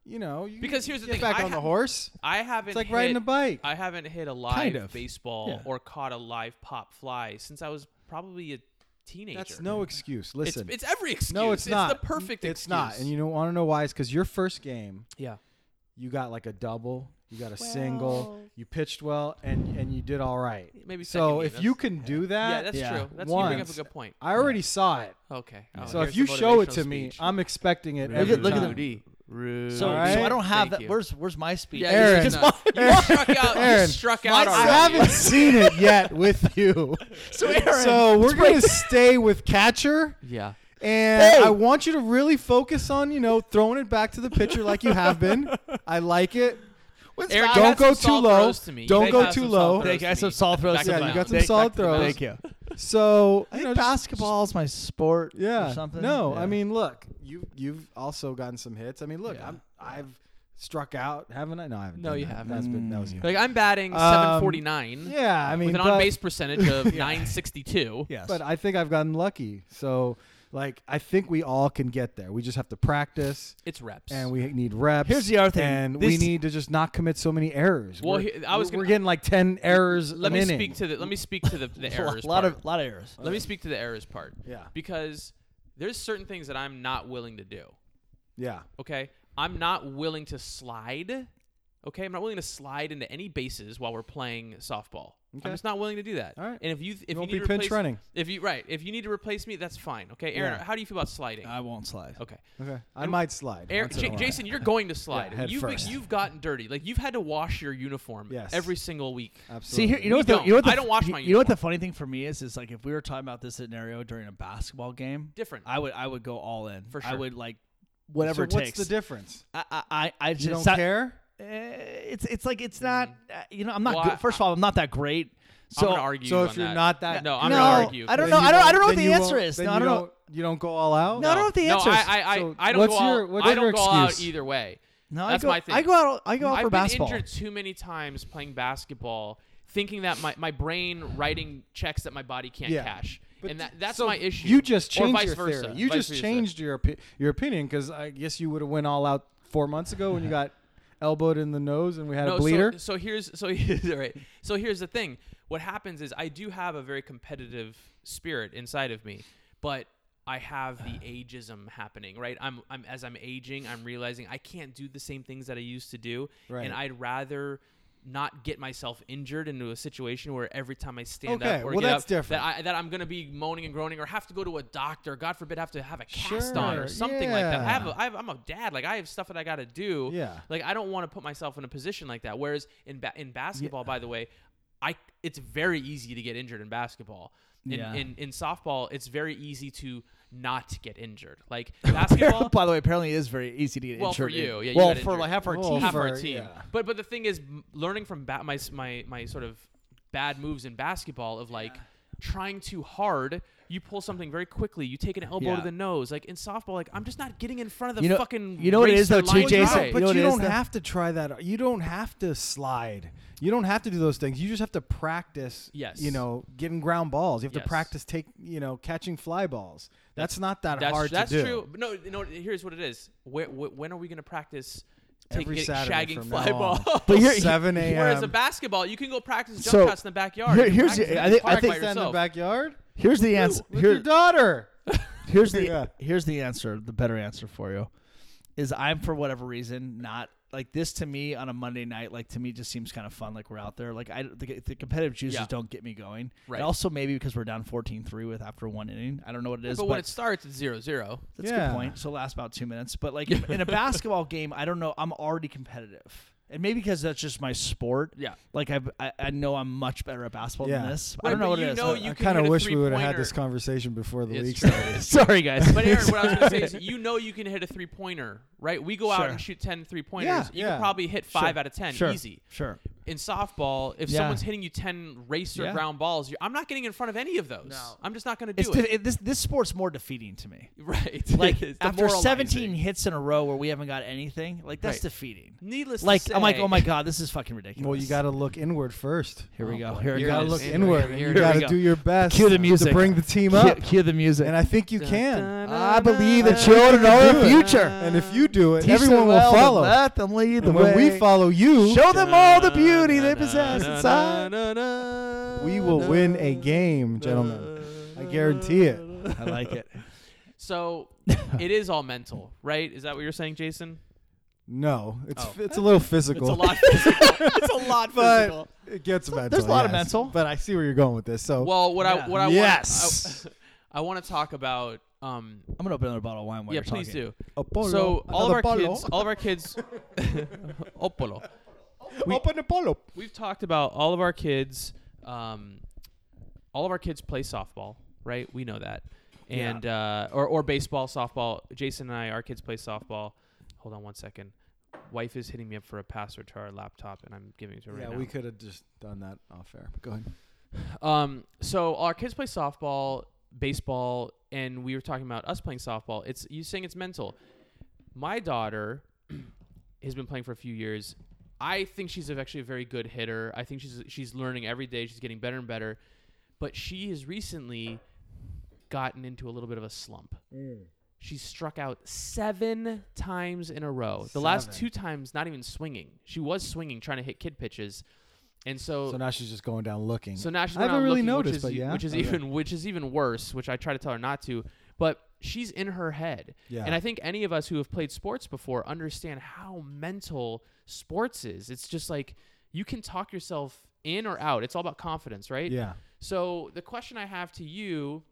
C: you know you
A: Because here's the
C: get
A: thing,
C: back
A: I
C: on the
A: ha-
C: horse
A: I haven't.
C: it's like
A: hit,
C: riding a bike
A: I haven't hit a live
B: Kind of.
A: baseball
B: Yeah.
A: or caught a live pop fly since I was probably a teenager.
C: that's no excuse
A: It's,
C: listen
A: it's every excuse.
C: no it's, not
A: the perfect
C: it's
A: excuse.
C: not and you don't want to know why it's because your first game
A: yeah.
C: you got like a double you got a single you pitched well and and you did all right
A: Maybe second
C: so
A: game,
C: if you
A: that's-
C: can do that
A: Yeah, that's
B: Yeah.
A: true. That's you bring up a
C: Once.
A: good point.
C: I already saw it.
A: Okay. Oh,
C: So if
A: here's
C: you
A: the
C: show it
A: motivational
C: to me,
A: speech.
C: I'm expecting it
B: Look
C: every
B: at- look at
C: time.
B: them.
A: Rudy. Rudy.
B: So,
C: Alright.
B: so I don't have
A: Thank
B: that.
A: you.
B: Where's where's my speech?
A: Yeah,
C: Aaron.
A: You, just- you
C: <laughs>
A: struck out. You
C: Aaron.
A: struck
B: My-
A: out
C: I
A: already.
C: haven't seen it yet
A: <laughs>
C: with you.
B: So Aaron,
C: So we're
B: let's
C: going
B: break-
C: to stay with catcher.
A: Yeah.
C: And
B: Hey.
C: I want you to really focus on, you know, throwing it back to the pitcher like you
A: <laughs>
C: have been. I like it.
B: When's
A: Aaron,
B: last-
A: you
C: Don't
A: had
C: go
A: some solid
C: too low.
A: throws to me. You
C: Don't
A: guys
C: go
A: had
C: too
A: some
C: low.
A: solid
C: They
A: throws
B: Thank you. I have
A: to me.
B: some solid throws.
A: Back
C: Yeah,
A: to the
C: you got
A: mound.
C: some
B: Thank-
C: solid
B: back to the
C: throws.
B: mound. Thank <laughs> you.
C: So
B: I
C: you
B: think
C: know, just-
B: basketball is my sport.
C: yeah,
B: Or something.
C: No,
B: Yeah.
C: I mean, look, you you've also gotten some hits. I mean, look,
B: Yeah.
C: I'm, I've struck out, haven't I? No, I haven't.
A: No,
C: done
A: you
C: that.
A: haven't.
C: That's been that was you.
A: Like I'm batting
C: Um,
A: 749
C: Yeah, I mean,
A: with an
C: but-
A: on base percentage of
C: <laughs>
A: 962.
B: Yes.
C: But I think I've gotten lucky. So, like, I think we all can get there. We just have to practice,
A: It's reps.
C: and we need reps.
B: Here's the other thing.
C: and we
B: This-
C: need to just not commit so many errors.
A: Well,
C: We're-
A: he- I was
C: we're- we're
A: gonna-
C: getting like ten errors.
A: let
C: an
A: me
C: inning.
A: speak to the let me speak to the,
C: <laughs>
A: the
B: a
A: errors.
B: lot
A: part.
B: of lot of errors.
A: let me speak to the errors part
C: yeah,
A: because there's certain things that I'm not willing to do.
C: yeah.
A: Okay, I'm not willing to slide. Okay, I'm not willing to slide into any bases while we're playing softball.
C: Okay.
A: I'm just not willing to do that.
C: All right.
A: And if you th- if
C: won't
A: you
C: be
A: need to
C: pinch
A: replace,
C: running.
A: if you right, if you need to replace me, that's fine. Okay, Aaron,
C: Yeah. Uh,
A: how do you feel about sliding?
B: I won't slide.
A: okay,
C: Okay. I
A: And-
C: might slide.
A: Aaron,
C: once in a
A: J-
C: while.
A: Jason, you're going to slide.
C: head
A: you've
C: first.
A: you've gotten dirty. Like you've had to wash your uniform
C: Yes. Uh,
A: every single week.
C: Absolutely.
B: See here, you know
A: We
B: what? The, you know
A: don't.
B: what the,
A: I don't wash
B: you,
A: my
B: you know what the funny thing for me is is like if we were talking about this scenario during a basketball game,
A: Different.
B: I would I would go all in
A: For
B: I
A: sure.
B: would like whatever
C: so
B: it
C: what's
B: takes.
C: the difference?
B: I I I, I just
C: You don't
B: it's not-
C: care?
B: eh, It's it's like it's not. uh, You know, I'm not.
A: Mm. Well,
B: good.
A: I-
B: First of all, I'm not that great. So
A: I'm gonna argue.
C: so
A: you
C: if
A: on
C: you're
A: that.
C: not that-
A: no, I'm
B: no,
A: gonna argue.
B: I don't
C: Then
B: know.
C: you
B: I don't. I
C: won't-
B: don't know what
C: then
B: the
C: you
B: answer
C: won't-
B: is.
C: then
B: No,
C: you
B: I don't know.
C: don't- You don't go all out.
B: No, I don't know what the
A: no,
B: answer
A: I,
B: is.
A: I, I,
C: So
A: I don't
C: what's
A: go out.
C: your- what's
A: I
C: your
A: don't go out
C: excuse?
A: either way.
B: No,
A: That's
B: I go,
A: my thing.
B: I go out. I go out
A: I've
B: for
A: been
B: basketball.
A: injured too many times playing basketball, thinking that my, my brain writing checks that my body can't
C: Yeah.
A: cash,
C: But
A: and
C: th-
A: that, that's
C: so
A: my issue.
C: You just
A: or
C: changed
A: vice
C: your
A: versa.
C: theory. You
A: vice
C: just
A: versa.
C: changed your opi- your opinion because I guess you would have went all out four months ago when you got elbowed in the nose and we had
A: No,
C: a
A: so-
C: bleeder.
A: So, here's so <laughs> all right. So here's the thing. What happens is I do have a very competitive spirit inside of me, but I have
C: <sighs>
A: the ageism happening, right? I'm, I'm as I'm aging, I'm realizing I can't do the same things that I used to do,
C: Right.
A: and I'd rather not get myself injured into a situation where every time I stand
C: Okay,
A: up or
C: well,
A: get
C: that's
A: up,
C: different.
A: that I, that I'm gonna be moaning and groaning or have to go to a doctor, God forbid, have to have a cast on or
C: Sure,
A: something like that. I
C: yeah.
A: have a, I have, I'm a dad, like I have stuff that I gotta do.
C: Yeah.
A: Like I don't want to put myself in a position like that. Whereas in ba- in basketball, by the way, I it's very easy to get injured in basketball. In,
B: Yeah.
A: in in softball, it's very easy to not get injured.
B: <laughs>
A: Like basketball,
B: <laughs> By the way, apparently it is very easy to get
A: Well,
B: injured.
A: for
B: in.
A: you, yeah, you
B: well,
A: got
B: for
A: injured.
B: like half our
C: Well,
B: team.
A: half our
C: Over,
A: team.
C: yeah.
A: But but the thing is, m- learning from bat my s- my my sort of bad moves in basketball of like trying too hard. You pull something very quickly. You take an elbow
B: Yeah.
A: to the nose. Like in softball, like I'm just not getting in front of the
B: You know-
A: fucking.
B: you know what it is,
A: racer
B: though,
A: line
B: too,
A: drive.
B: Jason?
C: No, but
B: you know
C: you,
B: what it is
C: don't
B: that-
C: have to try that. You don't have to slide. You don't have to do those things. You just have to practice.
A: Yes.
C: You know, getting ground balls. You have
A: Yes.
C: to practice take. You know, catching fly balls. That's, not that
A: That's,
C: hard
A: that's
C: to do.
A: true. But no, you know, here's what it is. Where, wh- when are we going to practice taking
C: Every
A: getting,
C: Saturday
A: shagging
C: from
A: fly
C: now
A: ball?
C: on.
A: <laughs>
C: But here- 7
A: Whereas a
C: a.m..
A: basketball, you can go practice jump
B: So,
A: shots in the backyard.
B: here-
A: You can
B: here's
A: practice
B: the-
A: it
B: I
A: in
B: think- I
A: park
B: think-
A: by
C: Stand in the
A: yourself.
C: backyard
B: Here's the answer.
C: with
B: Here-
C: your daughter.
A: <laughs>
B: Here's the
C: Yeah.
B: here's the answer. The better answer for you is I'm for whatever reason not like this to me on a Monday night. Like to me, just seems kind of fun. Like we're out there. Like I the, the competitive juices
A: Yeah.
B: don't get me going.
A: Right.
B: And also maybe because we're down 14-3 with after one inning. I don't know what it is,
A: But when it starts, it's zero
B: <laughs>
A: zero.
B: that's a
C: Yeah.
B: good point. So last about two minutes. But
A: <laughs>
B: like in, in a basketball game, I don't know. I'm already competitive. And maybe because that's just my sport.
A: Yeah.
B: Like I've, I, I know I'm much better at basketball
C: Yeah.
B: than this.
A: Right,
B: I don't
A: but
B: know what
A: you
B: it is.
A: know
B: I-
A: you <laughs>
C: I
A: can
C: kind
A: hit
C: of
A: a
C: wish we would have had
A: three-pointer.
C: this conversation before the
A: It's
C: league
A: true. <laughs>
B: <laughs>
C: started.
B: Sorry, guys.
A: But Aaron, what I was going to say is, you know, you can hit a three pointer, right? We go out
B: Sure.
A: and shoot 10 three pointers.
C: Yeah,
A: you
C: yeah.
A: can probably hit five
B: Sure,
A: out of ten
B: sure,
A: easy.
B: Sure.
A: In softball, if
B: Yeah.
A: someone's hitting you 10 racer
B: Yeah.
A: ground balls, you're, I'm not getting in front of any of those.
B: No.
A: I'm just not going to
B: It's
A: do
B: de- it- this this sport's more defeating to <laughs> me.
A: <laughs> Right.
B: Like
A: It's
B: after 17
A: demoralizing.
B: hits in a row where we haven't got anything, like that's
A: Right.
B: defeating.
A: Needless
B: Like
A: to say,
B: I'm like, oh my god, this is fucking ridiculous.
C: Well, you got to look inward first.
B: Here we
A: Oh,
B: go.
A: boy.
B: Here
A: You
B: it
C: You gotta
B: goes.
C: look
A: Here it
C: inward.
A: is.
C: and
A: Here
C: you
A: it
C: gotta
B: is.
C: do your best.
B: Cue the music.
C: to bring the team
B: <laughs> Cue,
C: up,
B: cue the music.
C: and I think you can.
B: I believe the children
C: You
B: are
C: do
B: the
C: it.
B: future.
C: and if you do it,
B: Teach
C: everyone
B: them
C: will
B: well,
C: follow.
B: Let them lead the
C: and when
B: way.
C: we follow you,
B: Show them all the beauty they possess inside.
C: we will win a game, gentlemen. I guarantee it.
B: I like
C: <laughs>
B: it.
A: So it is all mental, right? Is that what you're saying, Jason?
C: No, it's
A: Oh.
C: it's a little physical.
A: It's a lot. Physical.
B: <laughs>
A: it's a lot
C: <laughs> But-
A: physical.
C: It gets mental.
B: There's a lot of
C: yes.
B: mental.
C: but I see where you're going with this. So
A: Well, what
B: Oh, Yeah.
A: I what I
C: Yes.
A: want <laughs> I, I want to talk about. Um,
B: I'm gonna open another bottle of wine while
A: yeah,
B: you're talking.
A: please do.
C: Apollo,
A: so all of
C: another
A: our
C: Apollo. <laughs>
A: kids, all of our
B: <laughs>
A: kids, <laughs> Oh, Opolo. we-
C: open the polo.
A: We've talked about all of our kids. Um, all of our kids play softball, right? We know that, and uh, or or baseball, softball. Jason and I, our kids play softball. Hold on one second. Wife is hitting me up for a password to our laptop, and I'm giving it to her
C: Yeah,
A: right now.
C: we could have just done that off air. Go ahead.
A: Um, so our kids play softball, baseball, and we were talking about us playing softball. It's you saying it's mental. My daughter <clears throat> has been playing for a few years. I think she's actually a very good hitter. I think she's she's learning every day. She's getting better and better, but she has recently gotten into a little bit of a slump.
C: Mm.
A: She struck out seven times in a row. The last
C: Seven.
A: two times, not even swinging. She was swinging, trying to hit kid pitches, and
C: So now she's just going down looking.
A: so now she's
C: I haven't
A: out
C: really
A: looking,
C: noticed,
A: which is, e,
C: but yeah.
A: which is
C: Okay.
A: even which is even worse, which I try to tell her not to, but she's in her head.
C: Yeah.
A: And I think any of us who have played sports before understand how mental sports is. It's just like you can talk yourself in or out. It's all about confidence, right?
C: Yeah.
A: So the question I have to you.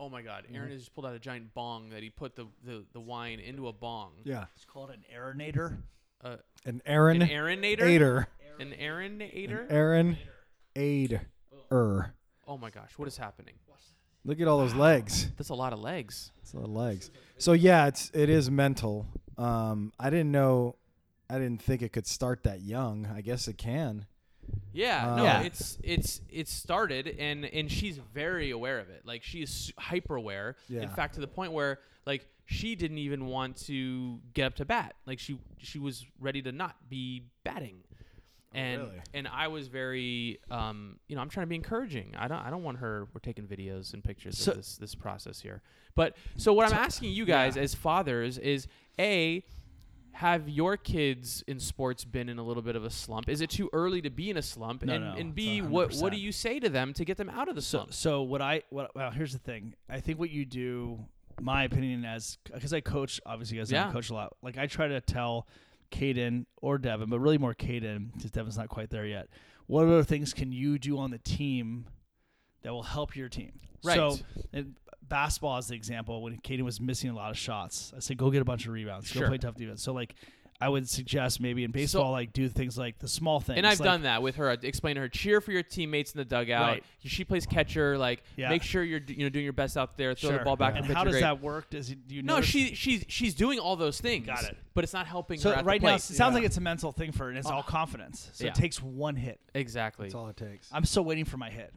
A: Oh my God! Aaron has just pulled out a giant bong that he put the, the, the wine into a bong.
C: Yeah.
B: It's called an aeronator.
A: Uh,
C: An
A: an
C: Aaron
A: Aaronator.
C: Ader.
A: An Aaronator.
C: Aaron Ader.
A: oh my gosh! What is happening?
C: Look at all those legs.
A: That's a lot of legs.
C: It's a lot of legs. So yeah, it's it is mental. Um, I didn't know. I didn't think it could start that young. I guess it can. Uh,
A: Yeah, no,
B: Yeah.
A: it's it's it's started, and and she's very aware of it. Like she is hyper aware. In
C: Yeah.
A: fact, to the point where like she didn't even want to get up to bat. Like she she was ready to not be batting. And
C: Oh, really?
A: and I was very um you know I'm trying to be encouraging. I don't I don't want her. We're taking videos and pictures
B: So-
A: of this this process here. But so what I'm asking you guys as fathers is a have your kids in sports been in a little bit of a slump? Is it too early to be in a slump?
B: No,
A: and
B: no,
A: and
B: it's
A: B, what what do
B: 100%.
A: you say to them to get them out of the
B: So,
A: slump?
B: so what I what well, here's the thing. I think what you do, my opinion, as because I coach, obviously, you guys know I
A: Yeah.
B: coach a lot. Like I try to tell Caden or Devin, but really more Caden because Devin's not quite there yet. What other things can you do on the team that will help your team?
A: Right.
B: So, and basketball is the example when Caden was missing a lot of shots. I said, go get a bunch of rebounds,
A: Sure.
B: go play tough defense. So like. I would suggest maybe in baseball, like do things like the small things.
A: and I've
B: like-
A: done that with her. I explain to her cheer for your teammates in the dugout.
B: Right.
A: She plays catcher. Like
B: Yeah.
A: make sure you're d- you know doing your best out there. Throw
B: Sure.
A: the ball back.
B: And
A: pitch
B: how
A: it
B: does
A: great.
B: that work? Does it, do you
A: No,
B: notice-
A: she she's she's doing all those things.
B: Got it.
A: But it's not helping
B: So
A: her. At
B: right
A: the
B: now,
A: plate.
B: it sounds
C: Yeah.
B: like it's a mental thing for her, and it's all confidence. So
A: Yeah.
B: it takes one hit.
A: exactly.
C: That's all it takes.
B: I'm still waiting for my hit,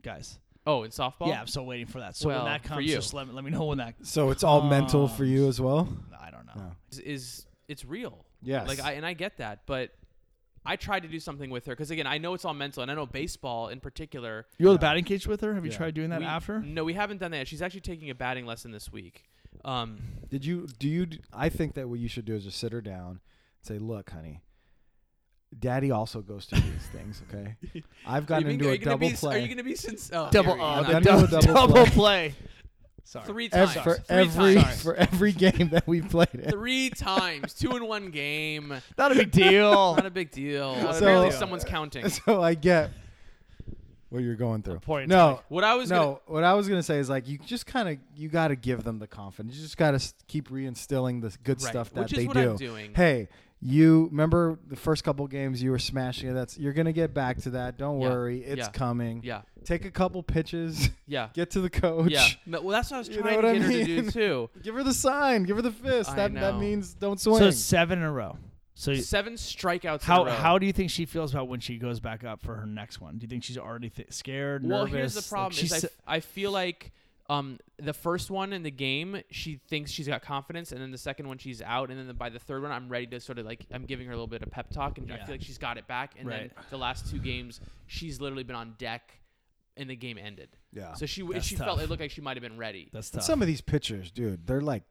B: guys.
A: Oh, in softball.
B: Yeah, I'm still waiting for that. So
A: Well,
B: when that
A: for
B: comes,
A: you.
B: just let me, let me know when that.
C: So it's all mental for you as well.
B: I don't know.
C: No.
A: is, is it's real.
C: Yes.
A: Like I and I get that, but I tried to do something with her because again, I know it's all mental, and I know baseball in particular.
B: You go to the batting cage with her. Have you
C: Yeah.
B: tried doing that
A: we-
B: after?
A: No, we haven't done that. She's actually taking a batting lesson this week. Um,
C: Did you do you? d- I think that what you should do is just sit her down and say, "Look, honey, Daddy also goes through these things.
A: <laughs>
C: Okay, I've gotten
A: you mean-
C: into
A: are
C: a
A: you gonna
C: double
A: be, s- Are you
C: play.
A: going to be since oh, here
B: Double,
A: we go.
B: uh,
A: Not-
C: I've done
B: double,
C: a double
A: <laughs>
B: double play. Sorry.
A: three times.
C: Ev- for
A: Three
C: every
A: times.
C: <laughs> for every game that we played
A: <laughs>
C: in. <laughs>
A: Three times, two in one game.
B: Not a big deal.
A: <laughs>
B: <laughs>
A: Not a big deal.
C: So-
A: Apparently, someone's counting.
C: <laughs> So I get what you're going through.
B: point.
C: No,
A: What I was
C: no. What I was gonna say is like you just kind of you got to give them the confidence. You just got to keep reinstilling the good
A: Right,
C: stuff that
A: which is
C: they
A: what
C: do.
A: I'm doing.
C: Hey, you remember the first couple games you were smashing it? That's you're gonna get back to that. Don't
A: Yeah,
C: worry, it's
A: yeah,
C: coming.
A: yeah,
C: Take a couple pitches. <laughs>
A: yeah,
C: Get to the coach.
A: yeah. No, well, that's what I was
C: You know
A: trying
C: what
A: to
C: I
A: get her to do
C: mean? <laughs>
A: too.
C: Give her the sign. Give her the fist.
A: I
C: That that
A: know.
C: means don't swing.
B: So seven in a row. So
A: Seven strikeouts.
B: how
A: in a row.
B: how do you think she feels about when she goes back up for her next one? Do you think she's already th- scared?
A: Well,
B: nervous?
A: here's the
B: Like,
A: problem: is
B: she's
A: I,
B: so-
A: f- I feel like um, the first one in the game, she thinks she's got confidence, and then the second one she's out, and then by the third one, I'm ready to sort of like I'm giving her a little bit of pep talk, and I
B: Yeah.
A: feel like she's got it back. And then the last two games, she's literally been on deck, and the game ended.
C: yeah.
A: So she w
B: That's
A: she felt
B: tough.
A: it looked like she might have been ready.
B: that's
C: And
B: tough.
C: Some of these pitchers, dude, they're like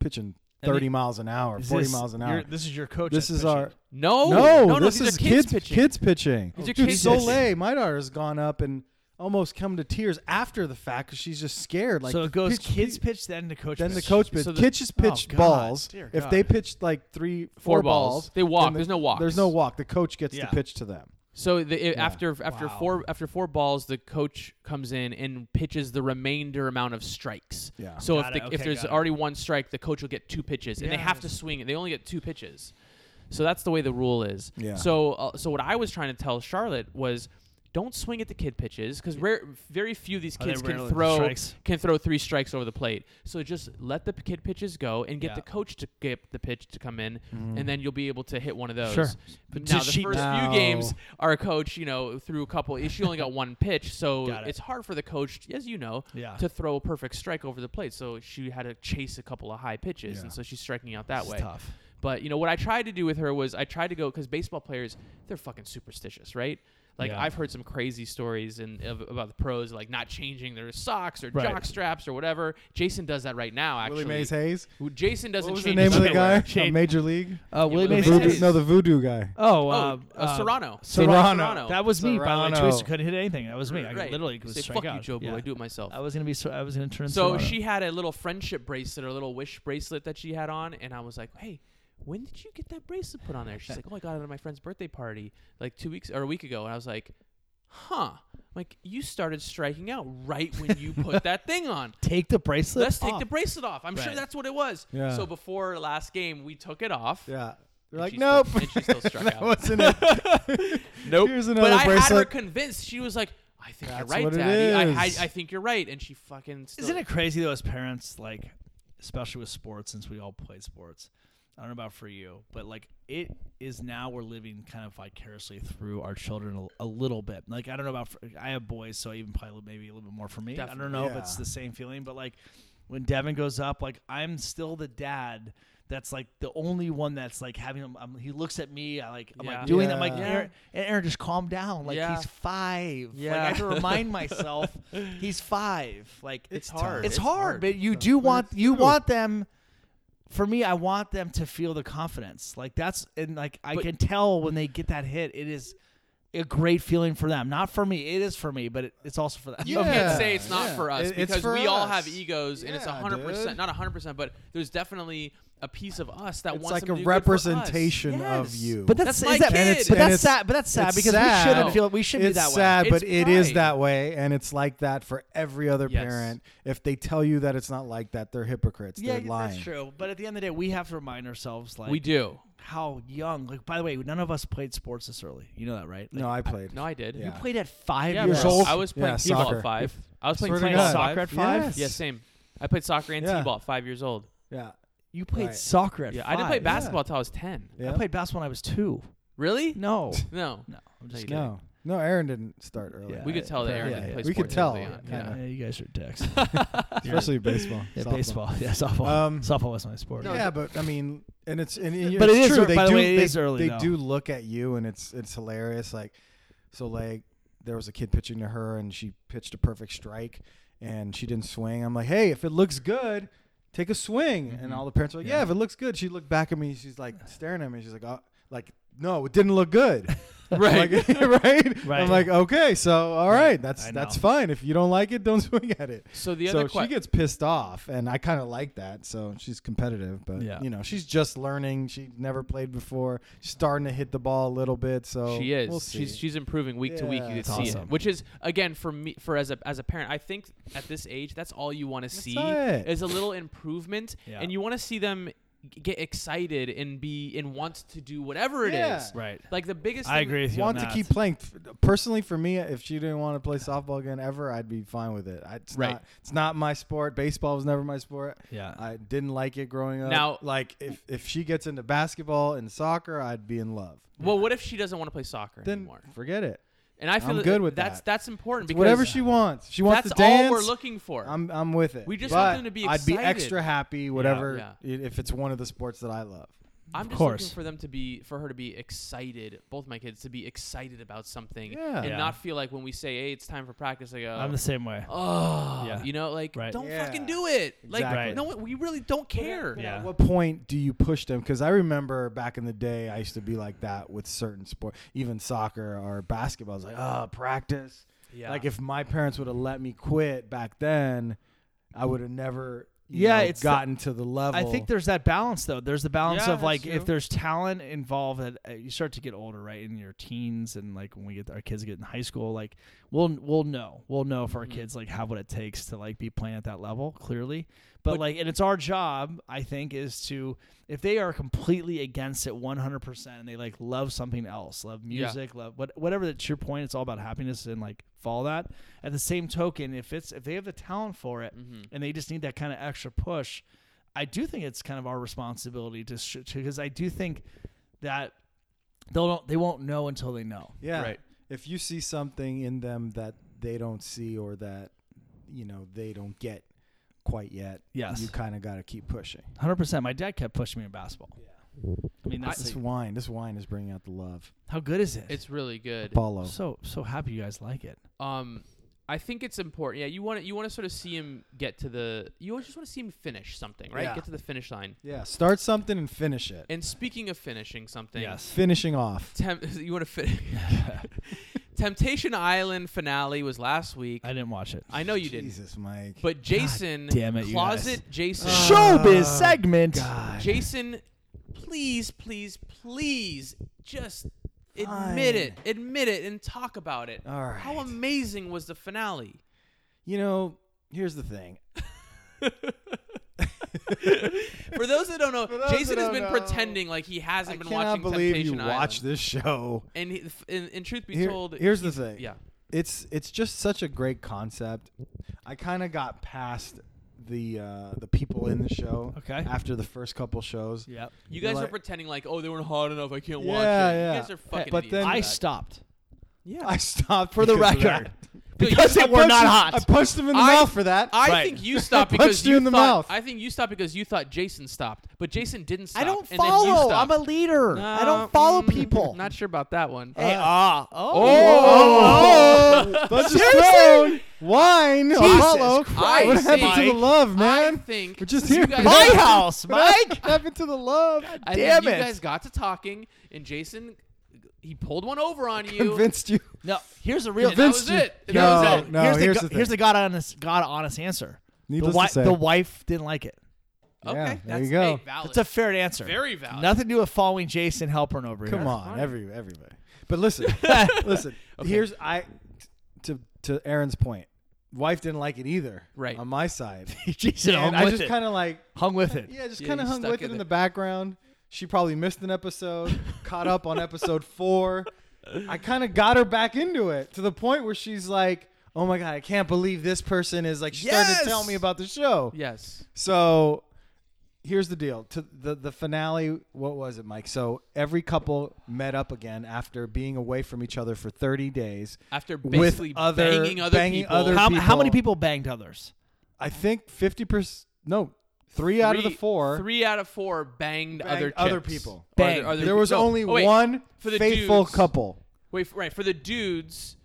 C: pitching
B: And
C: 30 miles an hour,
B: Is
C: 40
B: this
C: miles an
B: your-
C: hour.
B: This is your coach.
C: This
B: that's
C: is
B: pitching.
C: our
A: No,
C: no,
A: Oh, no,
C: this
A: these
C: is
A: are kids,
C: kids
A: pitching.
C: Kids pitching.
A: These are
C: Dude,
A: kids
C: Soleil, my daughter's gone up and almost come to tears after the fact because she's just scared. Like,
B: so it goes
C: pitch-
B: kids pitch then to coach.
C: Then the
B: pitch.
C: coach pitched.
A: So the-
C: kids just
B: Oh,
C: pitched
B: God.
C: balls.
B: Dear
C: If
B: God.
C: they pitched like three,
A: Four
C: four
A: balls.
C: balls,
A: They walk.
C: then
A: There's no walks.
C: There's no walk. The coach gets
B: Yeah.
C: to pitch to them.
A: So the, i after after
B: Wow.
A: four after four balls, the coach comes in and pitches the remainder amount of strikes.
C: Yeah.
A: So if
B: Got
A: the,
B: it.
A: if
B: Okay,
A: there's
B: got it.
A: already one strike, the coach will get two pitches, and they
B: Yeah.
A: have to swing. it. They only get two pitches. So that's the way the rule is.
C: Yeah.
A: So uh, so what I was trying to tell Charlotte was. Don't swing at the kid pitches because rare, very few of these
B: Oh, they
A: kids can
B: rarely-
A: throw
B: strikes.
A: can throw three strikes over the plate. So just let the p- kid pitches go and get
B: Yeah.
A: the coach to get the pitch to come in, and then you'll be able to hit one of those.
B: Sure.
A: But
B: But
A: now
B: did
A: the
B: she-
A: first
C: No.
A: few games, <laughs> our coach, you know, threw a couple. She only got one pitch, so
B: <laughs> Got it.
A: it's hard for the coach, as you know,
B: Yeah.
A: to throw a perfect strike over the plate. So she had to chase a couple of high pitches, and
C: Yeah.
A: so she's striking out that
B: It's
A: way.
B: tough.
A: But you know what I tried to do with her was I tried to go because baseball players they're fucking superstitious, right? Like
B: Yeah.
A: I've heard some crazy stories and of, about the pros like not changing their socks or
B: Right.
A: jock straps or whatever. Jason does that right now. Actually,
C: Willie Mays Hayes.
A: Who- Jason doesn't
C: What was the
A: change
C: name
A: his
C: of the
A: underwear.
C: guy? from Major League.
B: Uh,
A: Willie
B: Willie
A: Willie
B: Mays.
A: Mays Mays Hayes.
C: Voodoo, no, the voodoo guy.
B: Oh,
A: Oh,
B: uh,
A: uh, Serrano.
C: Serrano.
B: That was me. By the way,
C: Serrano.
B: choice couldn't hit anything. That was me. I
A: Right.
B: literally
A: You
B: was
A: say,
B: strike
A: "Fuck
B: out.
A: you, Joe Blue.
B: Yeah.
A: I do it myself."
B: I was gonna be. So, I was gonna turn.
A: so
B: Serrano.
A: she had a little friendship bracelet or a little wish bracelet that she had on, and I was like, "Hey, when did you get that bracelet put on there? She's like, oh, I got it at my friend's birthday party like two weeks or a week ago. And I was like, huh. I'm like, you started striking out right when you put
C: <laughs>
A: that thing on.
B: Take the bracelet.
A: Let's take
B: off.
A: the bracelet off. I'm sure
B: Right.
A: that's what it was.
C: Yeah.
A: So before last game, we took it off.
C: Yeah.
A: And
C: They're like,
A: she
C: nope.
A: Still, and she still struck
C: that
A: out.
C: <laughs> wasn't
A: <laughs>
C: it.
A: Nope.
C: Here's
A: but
C: another
A: I had her
C: bracelet.
A: convinced. She was like, I think
C: That's
A: you're right,
C: what it
A: Daddy. I, I,
C: is.
A: I think you're right. And she fucking. Still,
B: Isn't it crazy though, as parents, like, especially with sports, since we all played sports. I don't know about for you, but like it is now we're living kind of vicariously through our children a, a little bit. Like I don't know about for, I have boys, so even probably maybe a little bit more for me. I don't know if it's
C: Yeah.
B: the same feeling, but like when Devin goes up, like I'm still the dad. That's like the only one that's like having him. I'm, he looks at me. I like. I'm
A: Yeah.
B: like doing. that. I'm like,
C: Yeah.
B: Aaron, Aaron, just calm down. Like
A: Yeah.
B: he's five. Like I
A: Yeah.
B: have
A: <laughs>
B: to remind myself, he's five. Like
A: It's hard.
B: it's,
A: It's
B: hard,
A: hard.
B: but you do
C: but
B: want
C: it's
B: you
C: true.
B: want them. For me, I want them to feel the confidence. Like that's and like I
A: But-
B: can tell when they get that hit, it is a great feeling for them. Not for me, it is for me, but it, it's also for them.
A: You
C: Yeah,
A: can't say it's not
C: yeah.
A: for
C: It-
A: us
C: it's
A: because
C: for
A: we all have
C: us.
A: egos, and it's
C: Yeah,
A: hundred
C: dude.
A: percent, not hundred percent, but there's definitely a piece of us that
C: It's
A: wants
C: like
A: them
C: a
A: to do good for us.
C: representation of
A: Yes.
C: you.
B: But that's,
A: That's my
B: is that,
A: kid.
B: but
C: And
B: that's
C: it's-
B: sad. But that's sad
C: it's
B: because
C: sad.
B: we shouldn't feel we should be
C: it's
B: that
C: sad,
B: way.
C: but
A: It's
C: it is
A: pride.
C: that way, and it's like that for every other
A: Yes.
C: parent. If they tell you that it's not like that, they're hypocrites.
B: Yeah,
C: they're lying.
B: that's true. But at the end of the day, we have to remind ourselves like
A: we do.
B: how young. Like by the way, none of us played sports this early. You know that, right? Like,
C: No, I played.
A: No, I did.
C: Yeah.
B: you played at five
A: Yeah,
B: years
A: bro.
B: old.
A: I was
C: Yeah,
A: playing t-ball
C: soccer.
A: at five. I was playing
C: Swear to
A: t-ball
C: God.
A: at five.
B: Soccer at five?
C: Yes.
A: Yeah, same. I played soccer and
C: Yeah.
A: t-ball at five years old.
C: Yeah.
B: You played
C: Right.
B: soccer at
A: Yeah,
B: five.
A: I didn't play
C: Five. Yeah.
A: basketball until I was ten.
C: Yeah.
B: I played basketball when I was two.
A: Really?
B: No,
A: No.
B: <laughs> no, I'm
A: No,
B: just
A: you
B: kidding.
C: No, no, Aaron didn't start early.
B: Yeah.
A: We could tell that Aaron
C: Yeah,
A: didn't
C: yeah.
A: play
C: We could
A: sports
C: tell,
A: early on. Yeah.
C: kinda.
B: Yeah, you guys are
C: <laughs>
B: dicks.
C: especially baseball.
B: yeah,
C: softball.
B: baseball. <laughs> Yeah, softball.
C: Um,
B: softball was my sport.
C: yeah, but I mean, and it's and it-
B: But
C: it's
B: it is
C: true.
B: ear-
C: they
B: by the
C: do,
B: way, it
C: they,
B: is early,
C: They
B: though.
C: do look at you, and it's it's hilarious. Like, so like there was a kid pitching to her, and she pitched a perfect strike, and she didn't swing. I'm like, hey, if it looks good, take a swing. And
B: Mhm.
C: all the parents are like, yeah.
B: Yeah.
C: if it looks good. She looked back at me. She's like staring at me. She's like, oh, like no, it didn't look good.
B: <laughs>
C: <laughs>
A: Right.
C: Like, right.
B: Right.
C: I'm like, okay, so all right, that's
B: I
C: that's
B: know.
C: fine. If you don't like it, don't <laughs> swing at it
A: So the
C: so
A: other
C: she
A: question.
C: gets pissed off, and I kind of like that. So she's competitive, but
B: Yeah.
C: you know she's just learning. She never played before. She's starting to hit the ball a little bit. So
A: She is.
C: We'll
A: she's
C: see.
A: she's improving week to week. You
C: Yeah.
A: can
C: That's
A: see
B: awesome.
A: it, which is again for me for as a as a parent, I think at this age, that's all you want to see
C: it.
A: is a little improvement,
B: Yeah.
A: and you want to see them g- get excited and be and want to do whatever it is.
C: Yeah.
B: right.
A: Like the biggest.
B: I
A: thing-
B: agree with you.
C: want
B: on
C: to
B: that.
C: keep playing. F- Personally, for me, if she didn't want to play softball again ever, I'd be fine with it. I, it's
A: Right.
C: not. It's not my sport. Baseball was never my sport.
B: Yeah.
C: I didn't like it growing up.
A: Now-
C: like if if she gets into basketball and soccer, I'd be in love.
A: Well, what if she doesn't want to play soccer
C: Then
A: anymore?
C: forget it.
A: And I feel
C: I'm
A: that-
C: good with
A: that's
C: that.
A: that's important
C: It's
A: because
C: whatever she wants. She wants
A: that's
C: to dance.
A: all we're looking for.
C: I'm I'm with it.
A: We just
C: But
A: want them to be
C: I'd be
A: excited.
C: extra happy, whatever,
A: Yeah.
C: i- if it's one of the sports that I love.
A: I'm
B: Of
A: just
B: course.
A: looking for them to be for her to be excited, both my kids to be excited about something
C: Yeah.
A: and
B: Yeah.
A: not feel like when we say, "Hey, it's time for practice," they
C: Uh,
A: go,
B: I'm the same way.
A: "Oh,
B: Yeah.
A: you know, like
B: Right.
A: don't
C: Yeah.
A: fucking do it." Like
C: Exactly.
A: no, one- we really don't care.
B: Yeah.
C: At what point do you push them? Because I remember back in the day, I used to be like that with certain sport, even soccer or basketball. I was like, oh, practice.
A: Yeah.
C: Like if my parents would have let me quit back then, I would have never. you
B: Yeah,
C: know,
B: it's the-
C: gotten to the level.
B: I think there's that balance though. There's the balance
A: Yeah,
B: of like
A: that's
B: if
A: true.
B: there's talent involved that uh, you start to get older, right? In your teens and like when we get our kids get in high school, like we'll we'll know we'll know if our
A: Mhm.
B: kids like have what it takes to like be playing at that level clearly. But,
A: But-
B: like, and it's our job, I think, is to if they are completely against it 100 percent and they like love something else, love
A: Yeah.
B: music, love what whatever that's your point. It's all about happiness and like follow that. At the same token, if it's if they have the talent for it
A: hmm
B: and they just need that kind of extra push. I do think it's kind of our responsibility to because I do think that they'll don't, they won't know until they know.
C: yeah.
A: Right.
C: If you see something in them that they don't see or that, you know, they don't get quite yet,
B: Yes.
C: you kind of got to keep pushing.
B: Hundred percent. My dad kept pushing me in basketball. I mean, that's
C: This
B: like-
C: wine, this wine is bringing out the love.
B: how good is it?
A: It's really good.
C: Apollo.
B: so so happy you guys like it.
A: Um, I think it's important. Yeah, you want to you want to sort of see him get to the. You always just want to see him finish something, right?
C: Yeah.
A: Get to the finish line.
C: Yeah, start something and finish it.
A: And speaking of finishing something,
C: Finishing off.
A: Temp- <laughs> you want to fit. Temptation Island finale was last week.
B: I didn't watch it.
A: I know you didn't.
C: Jesus, Mike.
A: But Jason,
B: damn it, you guys.
A: Uh, closet Jason,
C: Showbiz
B: segment.
C: God.
A: Jason please, please, please just admit it. Admit it and talk about it.
C: All right.
A: How amazing was the
C: <laughs>
A: finale?
C: you know, here's the thing.
A: For those that don't know,
C: For those
A: Jason
C: that
A: has
C: don't
A: been
C: know,
A: pretending like he hasn't
C: I
A: been
C: cannot
A: watching
C: believe
A: Temptation
C: you
A: Island.
C: watch this show.
A: And, he, and, and truth be
C: Here-
A: told,
C: here's the
A: he's-
C: thing.
A: Yeah.
C: It's it's just such a great concept. I kind of got past the uh, the people in the show
B: Okay.
C: after the first couple shows.
B: Yep.
A: You
C: You're
A: guys were
C: like-
A: pretending like, oh, they weren't hot enough. I can't watch it.
C: Yeah,
A: You
C: yeah.
A: guys are fucking
C: but
A: idiots.
C: then-
B: I
C: that.
B: stopped
A: yeah.
C: I stopped
B: for the
C: because of
B: record
C: that.
A: Dude, you
B: because
A: just-
B: <laughs> they
C: I
B: were
C: punched
B: not
C: him-
B: hot.
C: I punched him in the
A: I-
C: mouth for that.
A: I
B: Right.
A: think you
C: <laughs>
A: stopped
C: I
A: because
C: punched you in the
A: thought,
C: mouth.
A: I think you stopped because you thought Jason stopped, but Jason didn't stop.
B: I don't
A: and then you
B: follow.
A: stopped.
B: I'm a leader.
A: No,
B: I don't follow
A: mm,
B: people.
A: Not sure about that one.
B: Hey, ah, oh,
C: <laughs> Oh,
B: <laughs>
C: that's just
B: Seriously?
C: thrown. Wine, Apollo.
A: Christ,
C: what happened to the
B: Mike.
C: love,
A: I
C: Uh, man?
A: think
C: We're just
A: you
C: here.
A: guys-
B: My house, Mike.
C: <laughs> What happened to the love?
A: I
B: Damn
A: think
B: it.
A: you guys got to talking, and Jason, he pulled one over on you.
C: <laughs> Convinced you.
B: No, here's the real.
A: And that was
C: you.
A: it. And
B: Here's
A: that was
B: the-
A: it.
C: No,
B: here's,
C: here's
B: the,
C: the
B: go- here's
C: thing.
B: the god honest, god honest answer. The,
C: Needless
B: wi-
C: to say,
B: the wife didn't like it.
A: Okay,
C: Yeah, there
A: that's
C: you go.
A: hey, valid.
B: It's a fair answer.
A: very valid.
B: Nothing to do with following Jason Halpern over here.
C: come on, every everybody. But listen, listen. Here's I to to Aaron's point. Wife didn't like it either.
A: Right.
C: on my side,
B: <laughs> <laughs> Jason hung
C: and I
B: with
C: just
B: it.
C: kind of like
B: hung with it.
C: yeah, just
A: Yeah,
C: kind of
A: you
C: hung
A: stuck
C: with it
A: with
C: in
A: it.
C: the background. She probably missed an episode, caught up on episode four. I kind of got her back into it to the point where she's like, "Oh my god, I can't believe this person is like." She started to tell
B: Yes!
C: me about the show.
A: yes.
C: So here's the deal. To the the finale, what was it, Mike? So every couple met up again after being away from each other for 30 days.
A: After
C: With
A: basically
C: other-
A: banging other
C: banging
A: people,
C: other-
B: How, how many
C: people-
B: people banged others?
C: I think 50% no, 3 out of the
A: three-
C: 4
A: three out of four banged,
C: banged
A: other
C: other
A: chicks.
C: people.
A: Or
B: Banged.
A: other- other-
C: There was
A: no,
C: only
A: oh, wait,
C: one
A: for the
C: faithful
A: dudes.
C: couple.
A: Wait, f- right for the dudes.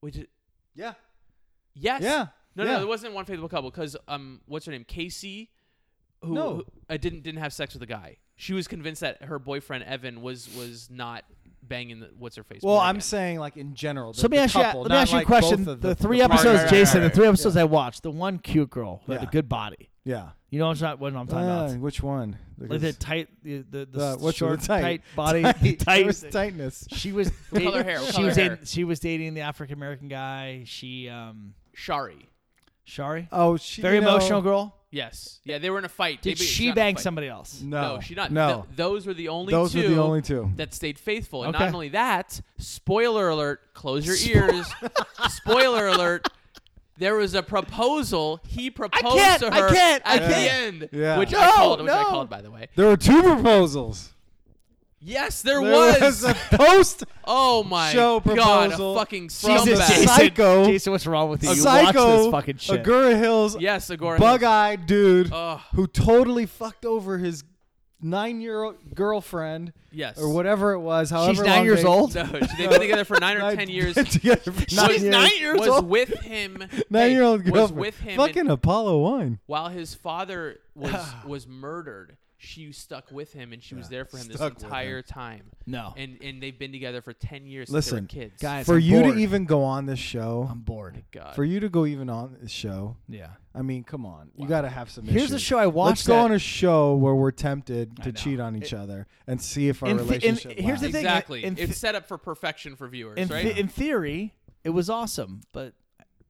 A: Wait, did-
C: Yeah.
A: yes,
C: Yeah,
A: No,
C: yeah.
A: no, there wasn't one faithful couple because um, what's her name, Casey, who,
C: No.
A: who, uh, didn't didn't have sex with a guy. She was convinced that her boyfriend Evan was was not banging the, what's her face.
C: Well,
A: Morgan.
C: I'm saying like in general. The,
B: So let me
C: the
B: ask you,
C: couple,
B: let me
C: not
B: ask you a
C: like
B: question.
C: both of
B: the three
A: right,
B: episodes,
A: right,
B: Jason,
A: right,
B: the three
A: right.
B: episodes I watched, the one cute girl who had
C: Yeah.
B: a good body.
C: Yeah.
B: You know what I'm, what I'm talking
C: Uh,
B: about?
C: which one?
B: Like the tight, the the, the
C: Uh,
B: s-
C: what's
B: short,
C: with the tight?
B: body,
C: <laughs>
B: <laughs>
C: Tight.
B: tight.
C: There was
B: <laughs>
C: tightness.
B: She was.
A: What color
B: dating-
A: hair? What
B: She
A: color
B: was
A: hair?
B: dating. She was dating the African American guy. She, um,
A: Shari.
B: Shari,
C: Oh, she
B: very
C: you know-
B: emotional girl.
A: Yes, yeah, they were in a fight. They
B: Did
A: beat-
B: she
A: got in a
B: bang
A: fight.
B: somebody else?
A: No,
C: No,
A: she not.
C: No,
A: Th- those were the only
C: those
A: two
C: were the only two.
A: that stayed faithful. And
B: Okay.
A: not only that, spoiler alert, close your ears. spoiler alert. There was a proposal. He proposed
B: can't,
A: to
B: I
A: her
B: can't, I
A: at the
B: can't.
A: end,
C: Yeah.
A: which I
B: No,
A: called, which I
B: no.
A: called, by the way.
C: There were two proposals.
A: Yes, there,
C: There
A: was.
C: a
B: <laughs>
C: post
A: <laughs> oh my god,
C: show
A: a
C: proposal
A: fucking
C: from
A: scumbag.
C: the
B: Jason,
C: Psycho.
B: Jason, what's wrong with you?
C: a
B: you watch
C: psycho
B: this fucking shit.
C: Agura Hills
A: Yes, Agora.
C: bug eyed dude
A: Ugh.
C: who totally fucked over his nine year old girlfriend
A: Yes.
C: or whatever it was. However
B: She's nine
C: long
B: years
C: they- <laughs>
B: old.
A: No, they've been together for nine or
C: Nine- <laughs>
A: ten years.
C: together for nine
A: was,
C: years.
A: was with him.
C: <laughs> Nine year old
A: hey,
C: girlfriend.
A: was with him. and-
C: Fucking Apollo One.
A: while his father was
C: <sighs>
A: was murdered, she stuck with him and she was there for him this
C: stuck with him.
A: entire time.
B: No.
A: And and they've been together for ten years
C: Listen,
A: since they were kids.
B: guys,
C: For
B: I'm
C: you
B: bored.
C: to even go on this show,
B: I'm bored.
A: God.
C: for you to go even on this show,
B: Yeah.
C: I mean, come on. You got to have some
B: Here's
C: issues.
B: a show I watched.
C: Let's go
B: that-
C: on a show where we're tempted to
B: know.
C: cheat on each other and see if our
B: In the- in-
C: relationship.
B: here's the
C: lasts.
B: thing,
A: exactly.
B: in
A: it's
B: th-
A: set up for perfection for viewers,
B: in,
A: right?
B: the- in theory, it was awesome, but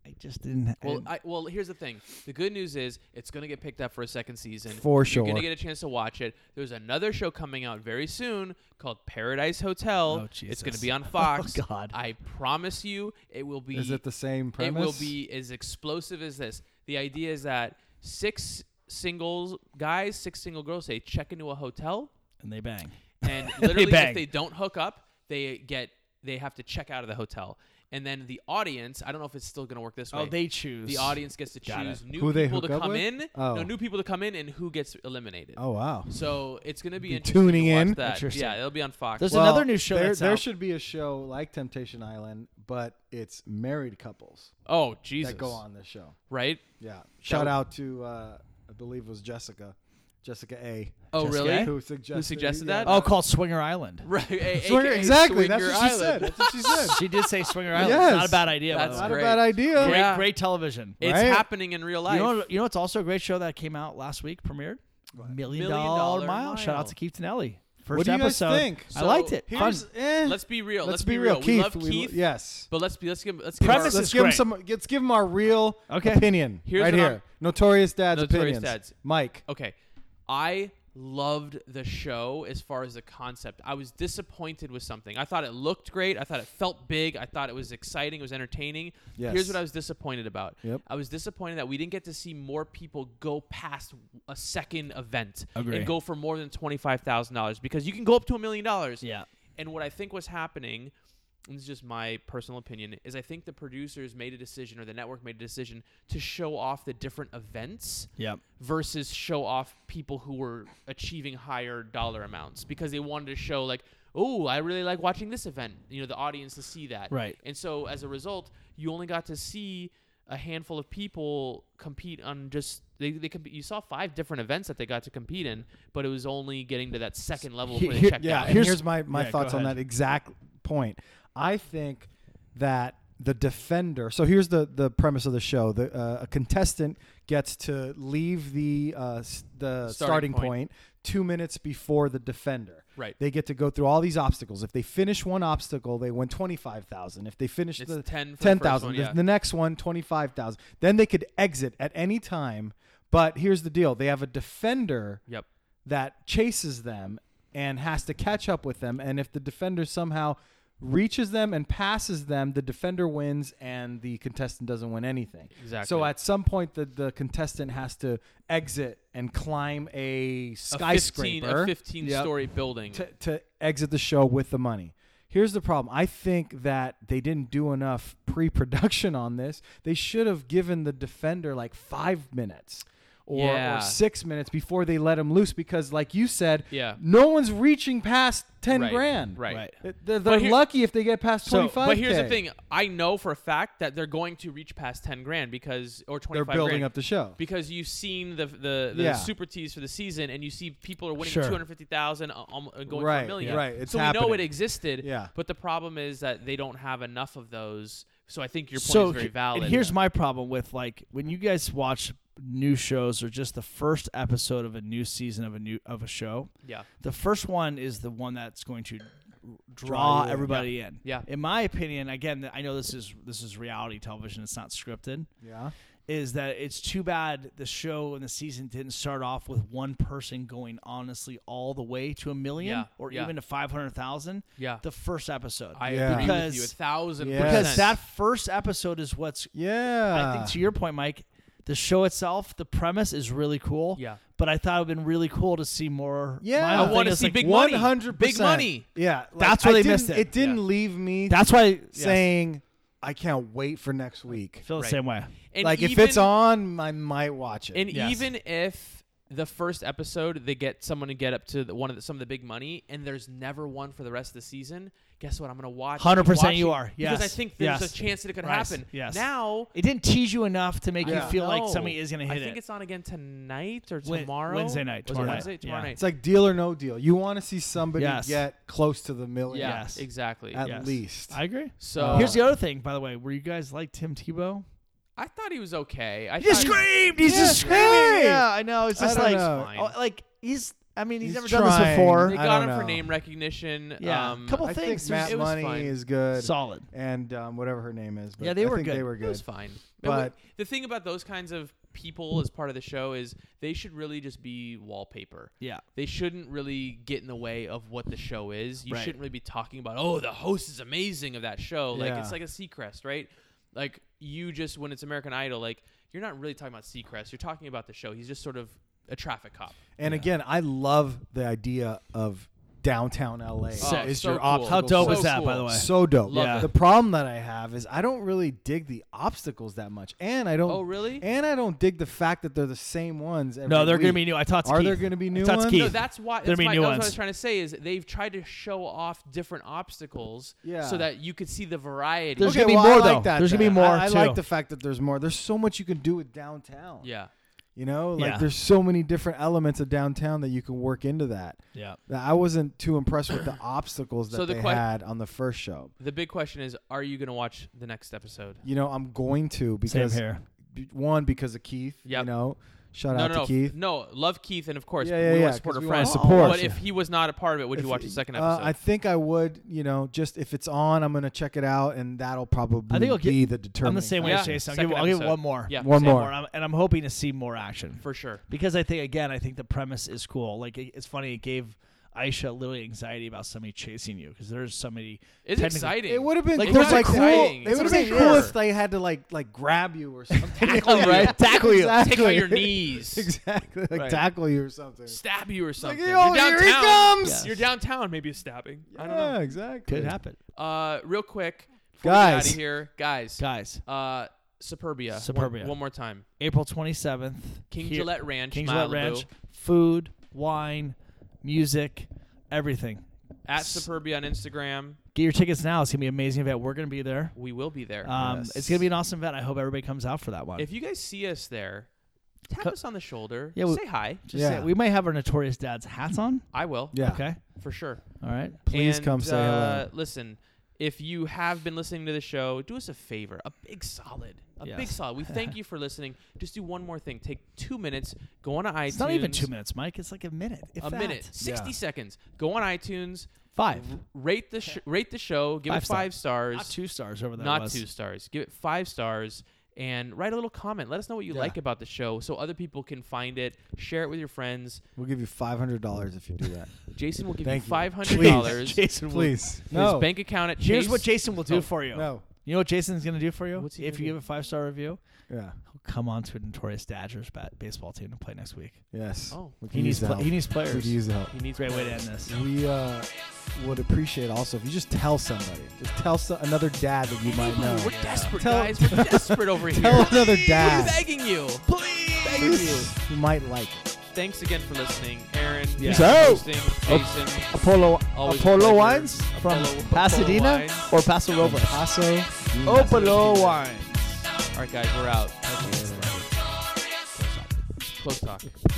B: I just didn't. I
A: well,
B: didn't-
A: I, well, here's the thing. The good news is it's going to get picked up for a second season.
C: For
A: You're going
C: sure.
A: to get a chance to watch it. There's another show coming out very soon called Paradise Hotel.
B: Oh,
A: It's going
B: Jesus.
A: to be on
C: <laughs>
B: Oh,
A: Fox.
B: God.
A: I promise you, it will be.
C: Is it the same
A: it
C: premise?
A: will be as explosive as this. The idea is that six singles guys, six single girls, they check into a
C: <laughs>
A: hotel,
B: and they bang.
A: and literally,
B: bang.
A: if they don't hook up, they get they have to check out of the hotel. And then the audience, I don't know if it's still going to work this way.
B: Oh, they choose.
A: the audience gets to
B: Got it.
A: choose new
C: Who they
A: people to
C: hook up
A: come
C: with?
A: in, no
C: Oh.
A: new people to come in, and who gets eliminated.
C: Oh wow.
A: So it's going to be,
C: Be
A: interesting to
C: tuning
A: watch
C: in.
A: That.
B: Interesting.
A: Yeah, it'll be on Fox.
B: There's another new show
C: There,
B: that's
C: there
B: out.
C: should be a show like Temptation Island, but it's married couples
A: oh Jesus,
C: that go on this show.
A: right?
C: Yeah. Shout
A: would-
C: out to uh, I believe it was Jessica, Jessica A.
A: Oh
B: Jessica
A: really?
B: A?
C: Who suggested?
A: suggested
C: yeah,
A: that?
B: oh, called Swinger Island.
A: <laughs> Right. a-
C: Swinger-
A: AKA
C: exactly. That's
A: Swinger
C: what she
A: Island.
C: said. That's what she said.
A: <laughs>
B: she did say
C: <laughs>
B: Swinger Island.
C: Yes.
B: Not a bad idea. by the
A: That's
B: way.
C: Not
A: great.
C: a bad idea.
B: Great,
A: Yeah.
B: great television.
A: It's
C: Right?
A: happening in real life.
B: You know, you know, it's also a great show that came out last week, premiered. Million
A: Million
B: dollar
A: Dollar
B: mile. Shout out
A: Mile.
B: to Keith Tinelli. First
C: What do you guys
B: episode.
C: think?
B: I liked
A: So,
B: it. Fun.
C: Here's, eh,
A: Let's be real.
C: let's
A: Let's, be, real. We love
C: we-
A: Keith.
C: yes.
A: But let's be let's give let's give
B: Preface
A: our,
C: Let's
B: is
C: give him
B: great.
C: some. Let's give him our real
B: Okay.
C: opinion
A: Here's
C: right
A: what
C: here.
A: I'm-
C: Notorious Dad's
A: Notorious
C: opinions.
A: Dad's.
C: Mike,
A: okay. I loved the show as far as the concept. I was disappointed with something. I thought it looked great. I thought it felt big. I thought it was exciting. It was entertaining.
C: Yes.
A: Here's what I was disappointed about.
C: Yep.
A: I was disappointed that we didn't get to see more people go past a second event
B: Agree.
A: and go for more than twenty five thousand dollars because you can go up to a million dollars.
B: Yeah.
A: And what I think was happening, and this is just my personal opinion, is I think the producers made a decision or the network made a decision to show off the different events
B: Yep.
A: versus show off people who were achieving higher dollar amounts because they wanted to show like, oh, I really like watching this event, you know, the audience to see that.
B: Right.
A: And so as a result, you only got to see a handful of people compete on just they, they comp- you saw five different events that they got to compete in, but it was only getting to that second level
B: Here-
A: where they
B: here-
A: checked
C: <laughs> yeah.
A: out.
C: and Here's,
B: Here's-
C: my, my
B: yeah, go
C: thoughts on
B: ahead.
C: that exact point. I think that the defender. So here's the the premise of the show. The uh, a contestant gets to leave the uh, s- the
A: Starting
C: starting, point.
A: point.
C: two minutes before the defender.
A: Right.
C: They get to go through all these obstacles. If they finish one obstacle, they win twenty five thousand. If they finish
A: It's
C: the
A: 10 for the first
C: 10,000,
A: one,
C: the,
A: yeah.
C: the next one 25,000. Then they could exit at any time, but here's the deal. They have a defender
A: Yep.
C: that chases them and has to catch up with them. And if the defender somehow reaches them and passes them, the defender wins and the contestant doesn't win anything. So
A: Exactly.
C: at some point, the, the contestant has to exit and climb a skyscraper
A: a 15
C: Yep.
A: story building.
C: to, to exit the show with the money. Here's the problem. I think that they didn't do enough pre-production on this. They should have given the defender like five minutes or,
A: Yeah.
C: or six minutes before they let him loose because, like you said,
A: Yeah.
C: no one's reaching past ten
A: right.
C: grand.
A: Right.
B: Right.
C: They're, they're
A: here-
C: lucky if they get past
B: So-
C: twenty
B: but
C: five.
A: But here's the thing. I know for a fact that they're going to reach past 10 grand because, or 25
C: They're building
A: grand
C: up the show.
A: because you've seen the the, the
C: Yeah.
A: super tees for the season and you see people are winning
B: Sure.
A: 250,000 uh, um, uh, going
C: Right,
A: for a million.
C: right, it's
A: so we know
C: happening.
A: it existed,
C: Yeah.
A: but the problem is that they don't have enough of those. So I think your point
B: so
A: is very
B: he-
A: valid.
B: And here's my problem with like when you guys watch new shows or just the first episode of a new season of a new of a show.
A: yeah.
B: The first one is the one that's going to draw
C: you in.
B: everybody in.
A: Yeah.
B: In my opinion, again, I know this is this is reality television. It's not scripted.
C: Yeah.
B: Is that it's too bad the show and the season didn't start off with one person going honestly all the way to a million
A: Yeah,
B: or
A: yeah.
B: even to five hundred thousand.
A: Yeah.
B: The first episode.
A: I
C: Yeah.
A: agree
B: Because-
A: with you a thousand
C: Yeah.
A: percent.
B: because that first episode is what's
C: Yeah.
B: I think to your point, Mike, the show itself, the premise is really cool.
A: Yeah.
B: But I thought it would have been really cool to see more.
C: Yeah.
B: my
C: I
B: whole thing
A: wanna
B: is
A: see
B: like,
A: big
C: one
A: money.
C: hundred
A: Big money.
C: Yeah, like,
B: That's where
C: I
B: they missed
C: didn't-
B: it.
C: It didn't
A: Yeah.
C: leave
B: <laughs>
C: me
B: That's why
C: saying I can't wait for next week.
B: yes, feel the
A: Right.
B: same way.
A: and
C: like if
A: even-
C: it's on, I might watch it.
A: And e
B: Yes.
A: even if the first episode they get someone to get up to the, one of the, some of the big money, and there's never one for the rest of the season. Guess what? I'm gonna watch.
B: 100%
A: keep
B: you
A: watching,
B: are.
A: because I
B: Yes.
A: think there's
B: Yes.
A: a chance that it could
B: Right.
A: happen.
B: Yes.
A: Now
B: It didn't tease you enough to make
C: Yeah.
B: you feel like
A: No.
B: somebody is going to hit
A: I
B: it.
A: think it's on again tonight or
B: Wed-
A: tomorrow.
B: Wednesday night,
A: Was it
B: tomorrow night.
A: Wednesday, tomorrow
B: Yeah.
A: night.
C: it's like deal or no deal. You want to see somebody
B: Yes.
C: get close to the million
A: yeah,
B: Yes.
A: exactly.
C: at
B: Yes.
C: least.
B: I agree.
A: so
C: Uh,
B: Here's the other thing, by the way. Were you guys like Tim Tebow?
A: I thought he was okay. I
B: He just
A: thought
B: screamed. He's
C: Yeah.
B: just screaming.
C: Hey.
B: Yeah, I know. It's
C: I
B: just
C: don't
B: like,
C: know.
B: oh, like he's. I mean, he's,
C: He's
B: never done
C: trying.
B: this before.
A: they
C: I
A: got
C: don't
A: him for
C: know.
A: name recognition.
B: Yeah.
A: um,
B: Couple
C: I
B: things,
C: think
B: just-
C: Matt
A: it was
C: Money
A: fine.
C: is good,
B: Solid.
C: and um, whatever her name is. But
B: Yeah, they
C: I
B: were
C: think They
B: good.
C: were
A: It was
C: good.
A: fine.
C: But-
A: But the thing about those kinds of people as part of the show is they should really just be wallpaper.
B: Yeah.
A: They shouldn't really get in the way of what the show is. You
B: Right.
A: shouldn't really be talking about, oh, the host is amazing of that show. Like
C: Yeah.
A: it's like a Seacrest, right? Like you just when it's American Idol, like you're not really talking about Seacrest. You're talking about the show. He's just sort of a traffic cop.
C: And again, I love the idea of downtown LA.
A: Sick.
C: Is
A: Oh, so
C: your
A: cool.
C: obstacle
B: How dope
A: So
B: is that, by
A: cool.
B: the way?
C: So dope.
A: Love
B: Yeah. it.
C: The problem that I have is I don't really dig the obstacles that much, and I don't.
A: Oh, really?
C: And I don't dig the fact that they're the same ones. Every
B: No, they're
C: week.
B: going to be new. I talked to
C: Are
B: Keith.
C: there gonna be new
B: I talked to
C: ones?
B: Keith.
A: No, that's why.
B: There's
A: That's,
B: gonna be
A: my,
B: new
A: that's what I
B: ones.
A: was trying to say is they've tried to show off different obstacles
C: Yeah.
A: so that you could see the variety.
B: There's
C: okay,
B: gonna be
C: well,
B: more,
C: I like
B: though.
C: That,
B: There's gonna be
C: then.
B: more,
C: I, I like
B: too.
C: the fact that there's more. There's so much you can do with downtown.
A: yeah.
C: You know, like
B: Yeah.
C: there's so many different elements of downtown that you can work into that.
B: yeah.
C: That I wasn't too
B: <coughs>
C: impressed with the obstacles that
A: So the
C: they
A: que-
C: had on the first show.
A: The big question is, are you going to watch the next episode?
C: You know, I'm going to because
B: Same here.
C: b- one because of Keith. You
A: Yep.
C: know, Shout
A: no,
C: out
A: no,
C: to
A: no,
C: Keith.
A: no. Love Keith, and of course,
C: Yeah, yeah,
A: we
C: yeah,
A: want
C: 'cause
A: to support our
C: we wanna
A: friends.
C: support.
A: But if he was not a part of it, would you
C: If-
A: watch the second
C: uh,
A: episode?
C: I think I would. You know, just if it's on, I'm gonna check it out, and that'll probably
B: I think I'll
C: be the determining.
B: I'm the same way
C: factor.
A: Yeah,
B: as Jason. I'll
A: second
B: give, I'll give it
A: episode.
B: one more.
A: Yeah,
C: One
B: Say
C: more.
B: and I'm, and I'm hoping to see more action
A: for sure.
B: because I think again, I think the premise is cool. Like it, it's funny, it gave Aisha literally anxiety about somebody chasing you because there's somebody.
A: It's
B: Technically-
A: exciting.
C: It would have been
A: Like,
C: cool.
A: it's
C: like, cool.
A: exciting.
C: It
A: It's
C: would have been
A: exciting.
C: cool
A: Sure.
C: if they had to like like grab you or <laughs> something.
A: Oh, Tackle you.
B: Right? <laughs> Tackle you.
A: Take you on
C: <laughs>
A: your knees.
C: Exactly. Like
B: Right.
C: tackle you or something.
A: Stab you or
C: Like,
A: something. You're
C: yo, here he
A: downtown.
C: comes.
B: Yes.
A: You're downtown. Maybe a stabbing. I don't know.
C: Yeah, exactly.
B: Could happen,
A: Uh, real quick, before guys. out
C: Guys.
A: of here, guys.
B: guys.
A: Uh, Superbia. One-
B: Superbia.
A: One, more time.
B: April 27th,
A: King
B: here-
A: Gillette Ranch. Malibu,
B: King Gillette Ranch, food, wine, music, everything.
A: At
B: S-
A: Superbia on Instagram.
B: Get your tickets now. It's gonna be an amazing event. We're gonna be there.
A: We will be there.
B: Um,
C: Yes.
B: It's gonna be an awesome event. I hope everybody comes out for that one.
A: if you guys see us there, tap
B: Co-
A: us on the shoulder.
B: Yeah, we-
A: say hi.
B: Just
C: Yeah.
B: say- we might have our notorious dad's hats on.
A: I will.
C: Yeah.
B: Okay.
A: For sure.
B: All right.
C: Please
A: And,
C: come say hello.
A: uh, Listen, if you have been listening to the show, do us a favor, a big solid, a
B: Yeah.
A: big solid.
B: <laughs>
A: We thank you for listening. Just do one more thing. Take two minutes. Go on to iTunes.
B: It's not even two minutes, Mike. It's like a minute. If
A: A
B: that.
A: minute, sixty
C: Yeah.
A: seconds. Go on iTunes.
B: Five.
A: r- rate the sh- rate the show. Give
B: Five
A: it five stars.
B: Not two stars over there.
A: not
B: was.
A: two stars. Give it five stars and write a little comment. Let us know what you
C: Yeah.
A: like about the show so other people can find it. Share it with your friends.
C: We'll give you five hundred dollars if you do that.
A: Jason will give
C: Thank
A: you
C: you.
A: five hundred dollars. His
C: Please.
B: <laughs> Jason, <laughs> will-
C: Please. No.
A: bank account at Chase.
B: Here's what Jason will do
A: Oh,
B: for you.
C: No.
B: You know what Jason's gonna do for you?
A: What's he
B: if
A: gonna
B: you
A: do?
B: give a five star review,
C: Yeah.
B: he'll come on to a notorious Dodgers bat- baseball team to play next week.
C: Yes.
A: Oh.
B: He
C: We could use
B: needs pla-
C: help.
B: he needs
C: We could
B: players.
C: use the help.
A: he needs.
B: Great way to end this.
C: We uh, would appreciate also if you just tell somebody, just tell so- another dad that you might know.
A: We're desperate,
C: Tell-
A: guys.
C: <laughs>
A: We're desperate over here.
C: Tell another
A: We're
C: dad.
A: begging you. Please. Begging you.
C: You might like it.
A: Thanks again for listening, Aaron.
C: Yeah.
A: So,
C: So- oh. Mm.
A: Jason.
C: Apollo
A: Always a
C: Apollo
A: pleasure.
C: Wines from
A: Apollo- Apollo
B: Pasadena
A: Wines.
B: or Paso Robles?
C: Paso.
B: Opalo Wines.
A: All right, guys, we're out.
B: Close talk.
A: Close talk.